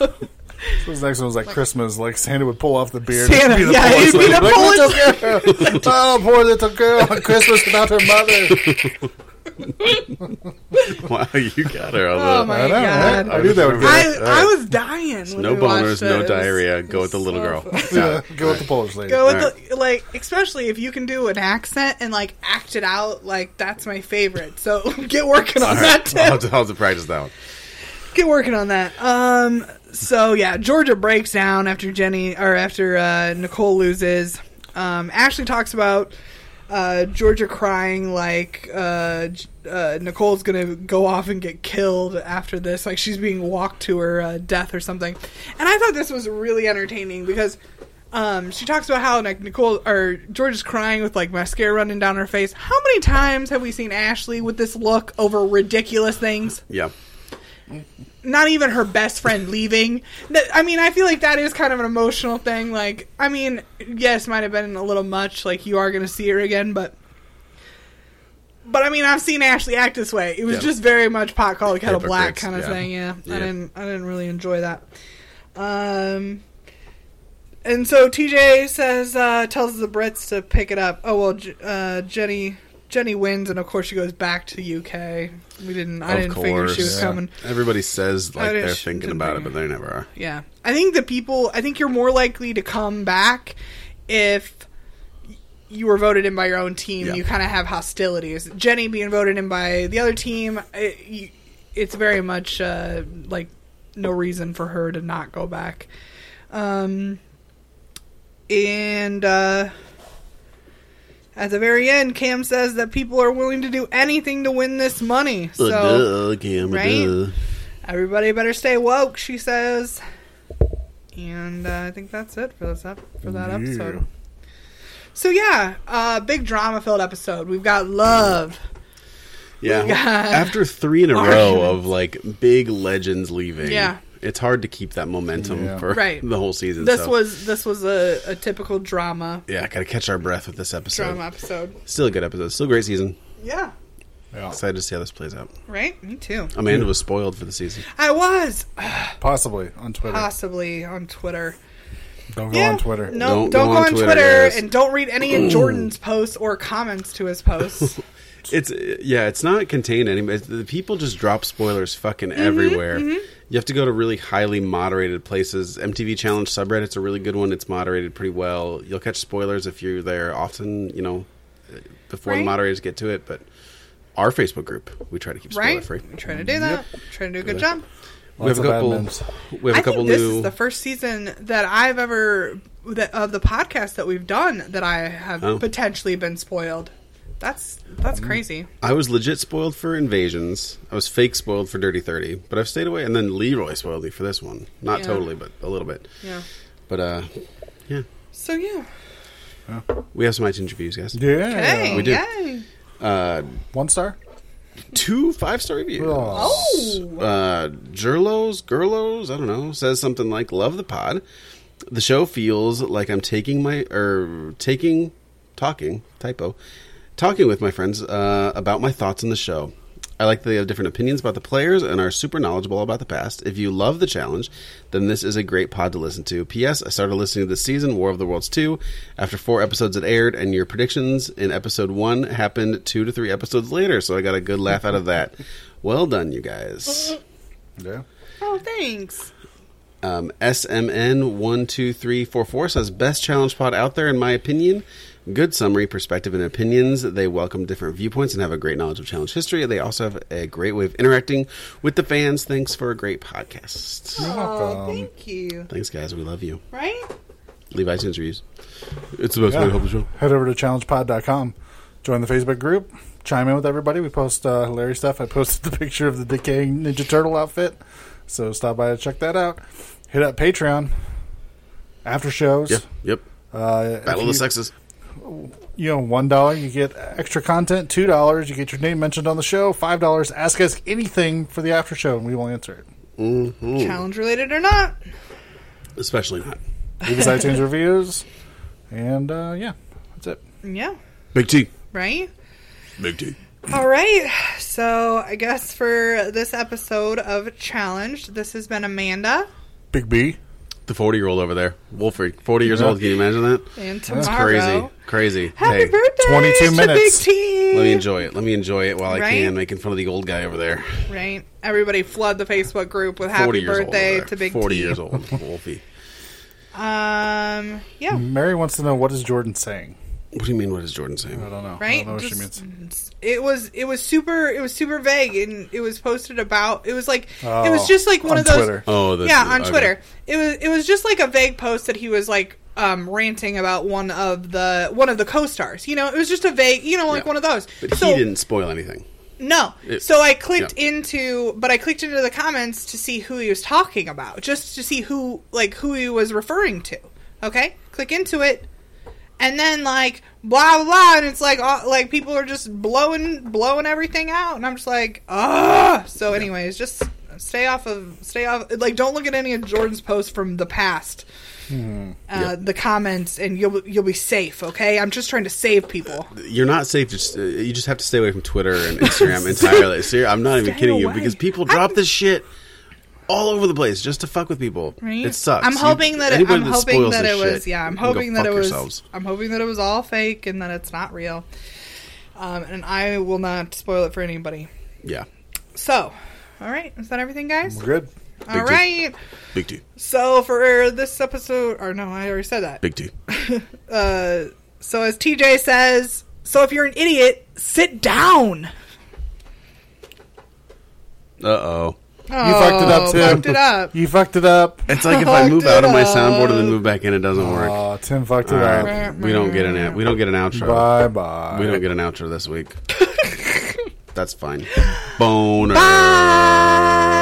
This next one was like Christmas. Like Santa would pull off the beard. Santa, it'd be the yeah, Polish it'd be lady. the Like, Polish- little girl, oh poor little girl on Christmas without her mother. wow, you got her. on oh the- my I know. god right? I knew that would get I, it. I was dying. When No we watched it. boners, It no was- diarrhea. it Go with was the little so girl. funny. Got it. Go with the Polish lady. Go with All the like, especially if you can do an accent and like act it out. Like that's my favorite. So get working on All that. right. Tim. I'll, have to- I'll have to practice that one. Get working on that. Um. So yeah, Georgia breaks down after Jenny or after uh, Nicole loses. Um, Ashley talks about uh, Georgia crying like uh, J- uh, Nicole's gonna go off and get killed after this. Like she's being walked to her uh, death or something. And I thought this was really entertaining because um, she talks about how like Nicole or George is crying with like mascara running down her face. How many times have we seen Ashley with this look over ridiculous things? Yeah. not even her best friend leaving. That, I mean, I feel like that is kind of an emotional thing. Like, I mean, yes, might have been a little much. Like, you are going to see her again, but. But I mean, I've seen Ashley act this way. It was Yeah. just very much pot called kettle black Hypocrites, kind of yeah. thing. Yeah. Yeah. I didn't. I didn't really enjoy that. Um. And so TJ says, uh, tells the Brits to pick it up. Oh well, J- uh, Jenny. Jenny wins, and of course she goes back to UK. We didn't. I of didn't course. figure she was coming. Everybody says like didn't- they're didn't thinking about it, figure. but they never are. Yeah. I think the people, I think you're more likely to come back if y- you were voted in by your own team. Yeah. You kind of have hostilities. Jenny being voted in by the other team, it, you, it's very much uh, like no reason for her to not go back. Um, and uh, at the very end, Cam says that people are willing to do anything to win this money. So. Uh, duh, Cam, right? duh. Everybody better stay woke, she says. And uh, I think that's it for this ep- for that episode. So yeah, uh, big drama filled episode. We've got love. Yeah. got- After three in a Arguments. row of like big legends leaving, Yeah. it's hard to keep that momentum Yeah. for Right. the whole season. This so- was this was a, a typical drama yeah, gotta catch our breath with this episode. drama episode. Still a good episode. Still a great season. Yeah, Yeah, Excited to see how this plays out. right. Me too. Amanda was spoiled for the season. I was possibly on Twitter. possibly on Twitter. Don't go on Twitter. Uh, No, don't, Don't go, go on on Twitter, Twitter, guys. and don't read any of Jordan's posts or comments to his posts. It's yeah, it's not contained anymore. The people just drop spoilers fucking Mm-hmm, everywhere. You have to go to really highly moderated places. MTV Challenge subreddit's a really good one. It's moderated pretty well. You'll catch spoilers if you're there often, you know, before the Right. moderators get to it, but our Facebook group, we try to keep spoiler right? free. I'm trying to do that. Trying to do a good job. We have a Lots of couple admins. we have I a couple think this new is the first season that I've ever that, of the podcast that we've done that I have Oh. potentially been spoiled. That's that's crazy. I was legit spoiled for Invasions. I was fake spoiled for Dirty 30, but I've stayed away and then Leroy spoiled me for this one. Not Yeah. totally, but a little bit. Yeah. But uh yeah. So yeah. We have some iTunes reviews, guys. Yeah. Hey, we do. yay. Uh, One star? two five star reviews. Oh. Oh, Uh, Gerlos, Gerlos, I don't know, says something like "Love the pod." The show feels like I'm taking my or taking talking typo, talking with my friends uh, about my thoughts on the show. I like that they have different opinions about the players and are super knowledgeable about the past. If you love the challenge, then this is a great pod to listen to. P.S. I started listening to this season, War of the Worlds 2, after four episodes had aired, and your predictions in episode one happened two to three episodes later, so I got a good laugh out of that. Well done, you guys. Yeah. oh, thanks. Um, SMN12344 says, Best challenge pod out there, in my opinion. Good summary, perspective, and opinions. They welcome different viewpoints and have a great knowledge of challenge history. They also have a great way of interacting with the fans. Thanks for a great podcast. Oh, thank you. Thanks, guys. We love you. Right? Leave iTunes reviews. It's the best way Yeah. to help the show. Head over to challengepod.com. Join the Facebook group. Chime in with everybody. We post uh, hilarious stuff. I posted the picture of the decaying Ninja Turtle outfit. So stop by to check that out. Hit up Patreon. After shows. Yep. Yep. Uh, Battle if of the you- Sexes. you know, one dollar you get extra content. Two dollars you get your name mentioned on the show. Five dollars ask us anything for the after show and we will answer it. Challenge related or not? Mm-hmm. Especially not. Leave us iTunes reviews, and uh, yeah, that's it. Yeah. Big T. Right? Big T. All right. So I guess for this episode of Challenged, this has been Amanda Big B. The 40 year old over there. Wolfrey. 40 years old. Can you imagine that? and That's tomorrow. crazy. Crazy. Happy Hey, birthday, 22 to minutes. Big T. Let me enjoy it. Let me enjoy it while I Right? can, making fun of the old guy over there. Right? Everybody flood the Facebook group with 40 happy years old over birthday there. to Big 40 T. years old. Wolfie. Um, yeah. Mary wants to know what is Jordan saying. What do you mean? What is Jordan saying? I don't know. I Right? don't know what she Just- means. It was it was super it was super vague and it was posted about it was like it was Oh, just like one on of those Twitter. Oh, that's- yeah on okay. Twitter it was it was just like a vague post that he was like um, ranting about one of the one of the co-stars you know it was just a vague you know like Yeah. one of those But So- he didn't spoil anything. No. It- so I clicked yeah. into, but I clicked into the comments to see who he was talking about, just to see who, like, who he was referring to. Okay, click into it, and then like blah blah, blah and it's like all, like people are just blowing blowing everything out, and I'm just like, ah. So, anyways, just stay off of stay off. Like, don't look at any of Jordan's posts from the past. Hmm. Uh, Yep. The comments, and you'll you'll be safe. Okay, I'm just trying to save people. You're not safe. Just uh, you just have to stay away from Twitter and Instagram entirely. Ser- I'm not even Stay kidding you away. because people drop this shit all over the place just to fuck with people. Right? It sucks. I'm You- hoping that it, anybody I'm hoping spoils that this it was shit, yeah. I'm you can go hoping that fuck it was. yourselves. I'm hoping that it was all fake and that it's not real. Um, and I will not spoil it for anybody. Yeah, So, all right, is that everything, guys? We're good. All Big T. right. big T, So for this episode, or no, I already said that. big T. Uh, so as TJ says, so if you're an idiot, sit down. Uh oh. You fucked it up, Oh, Tim. Fucked it up. You fucked it up. It's like if I Fucked move it out of my up. soundboard and then move back in, it doesn't work. Oh, Tim fucked it All up. right. We don't get an out. We don't get an outro. Bye bye. We don't get an outro this week. That's fine. Boner. Bye. Uh,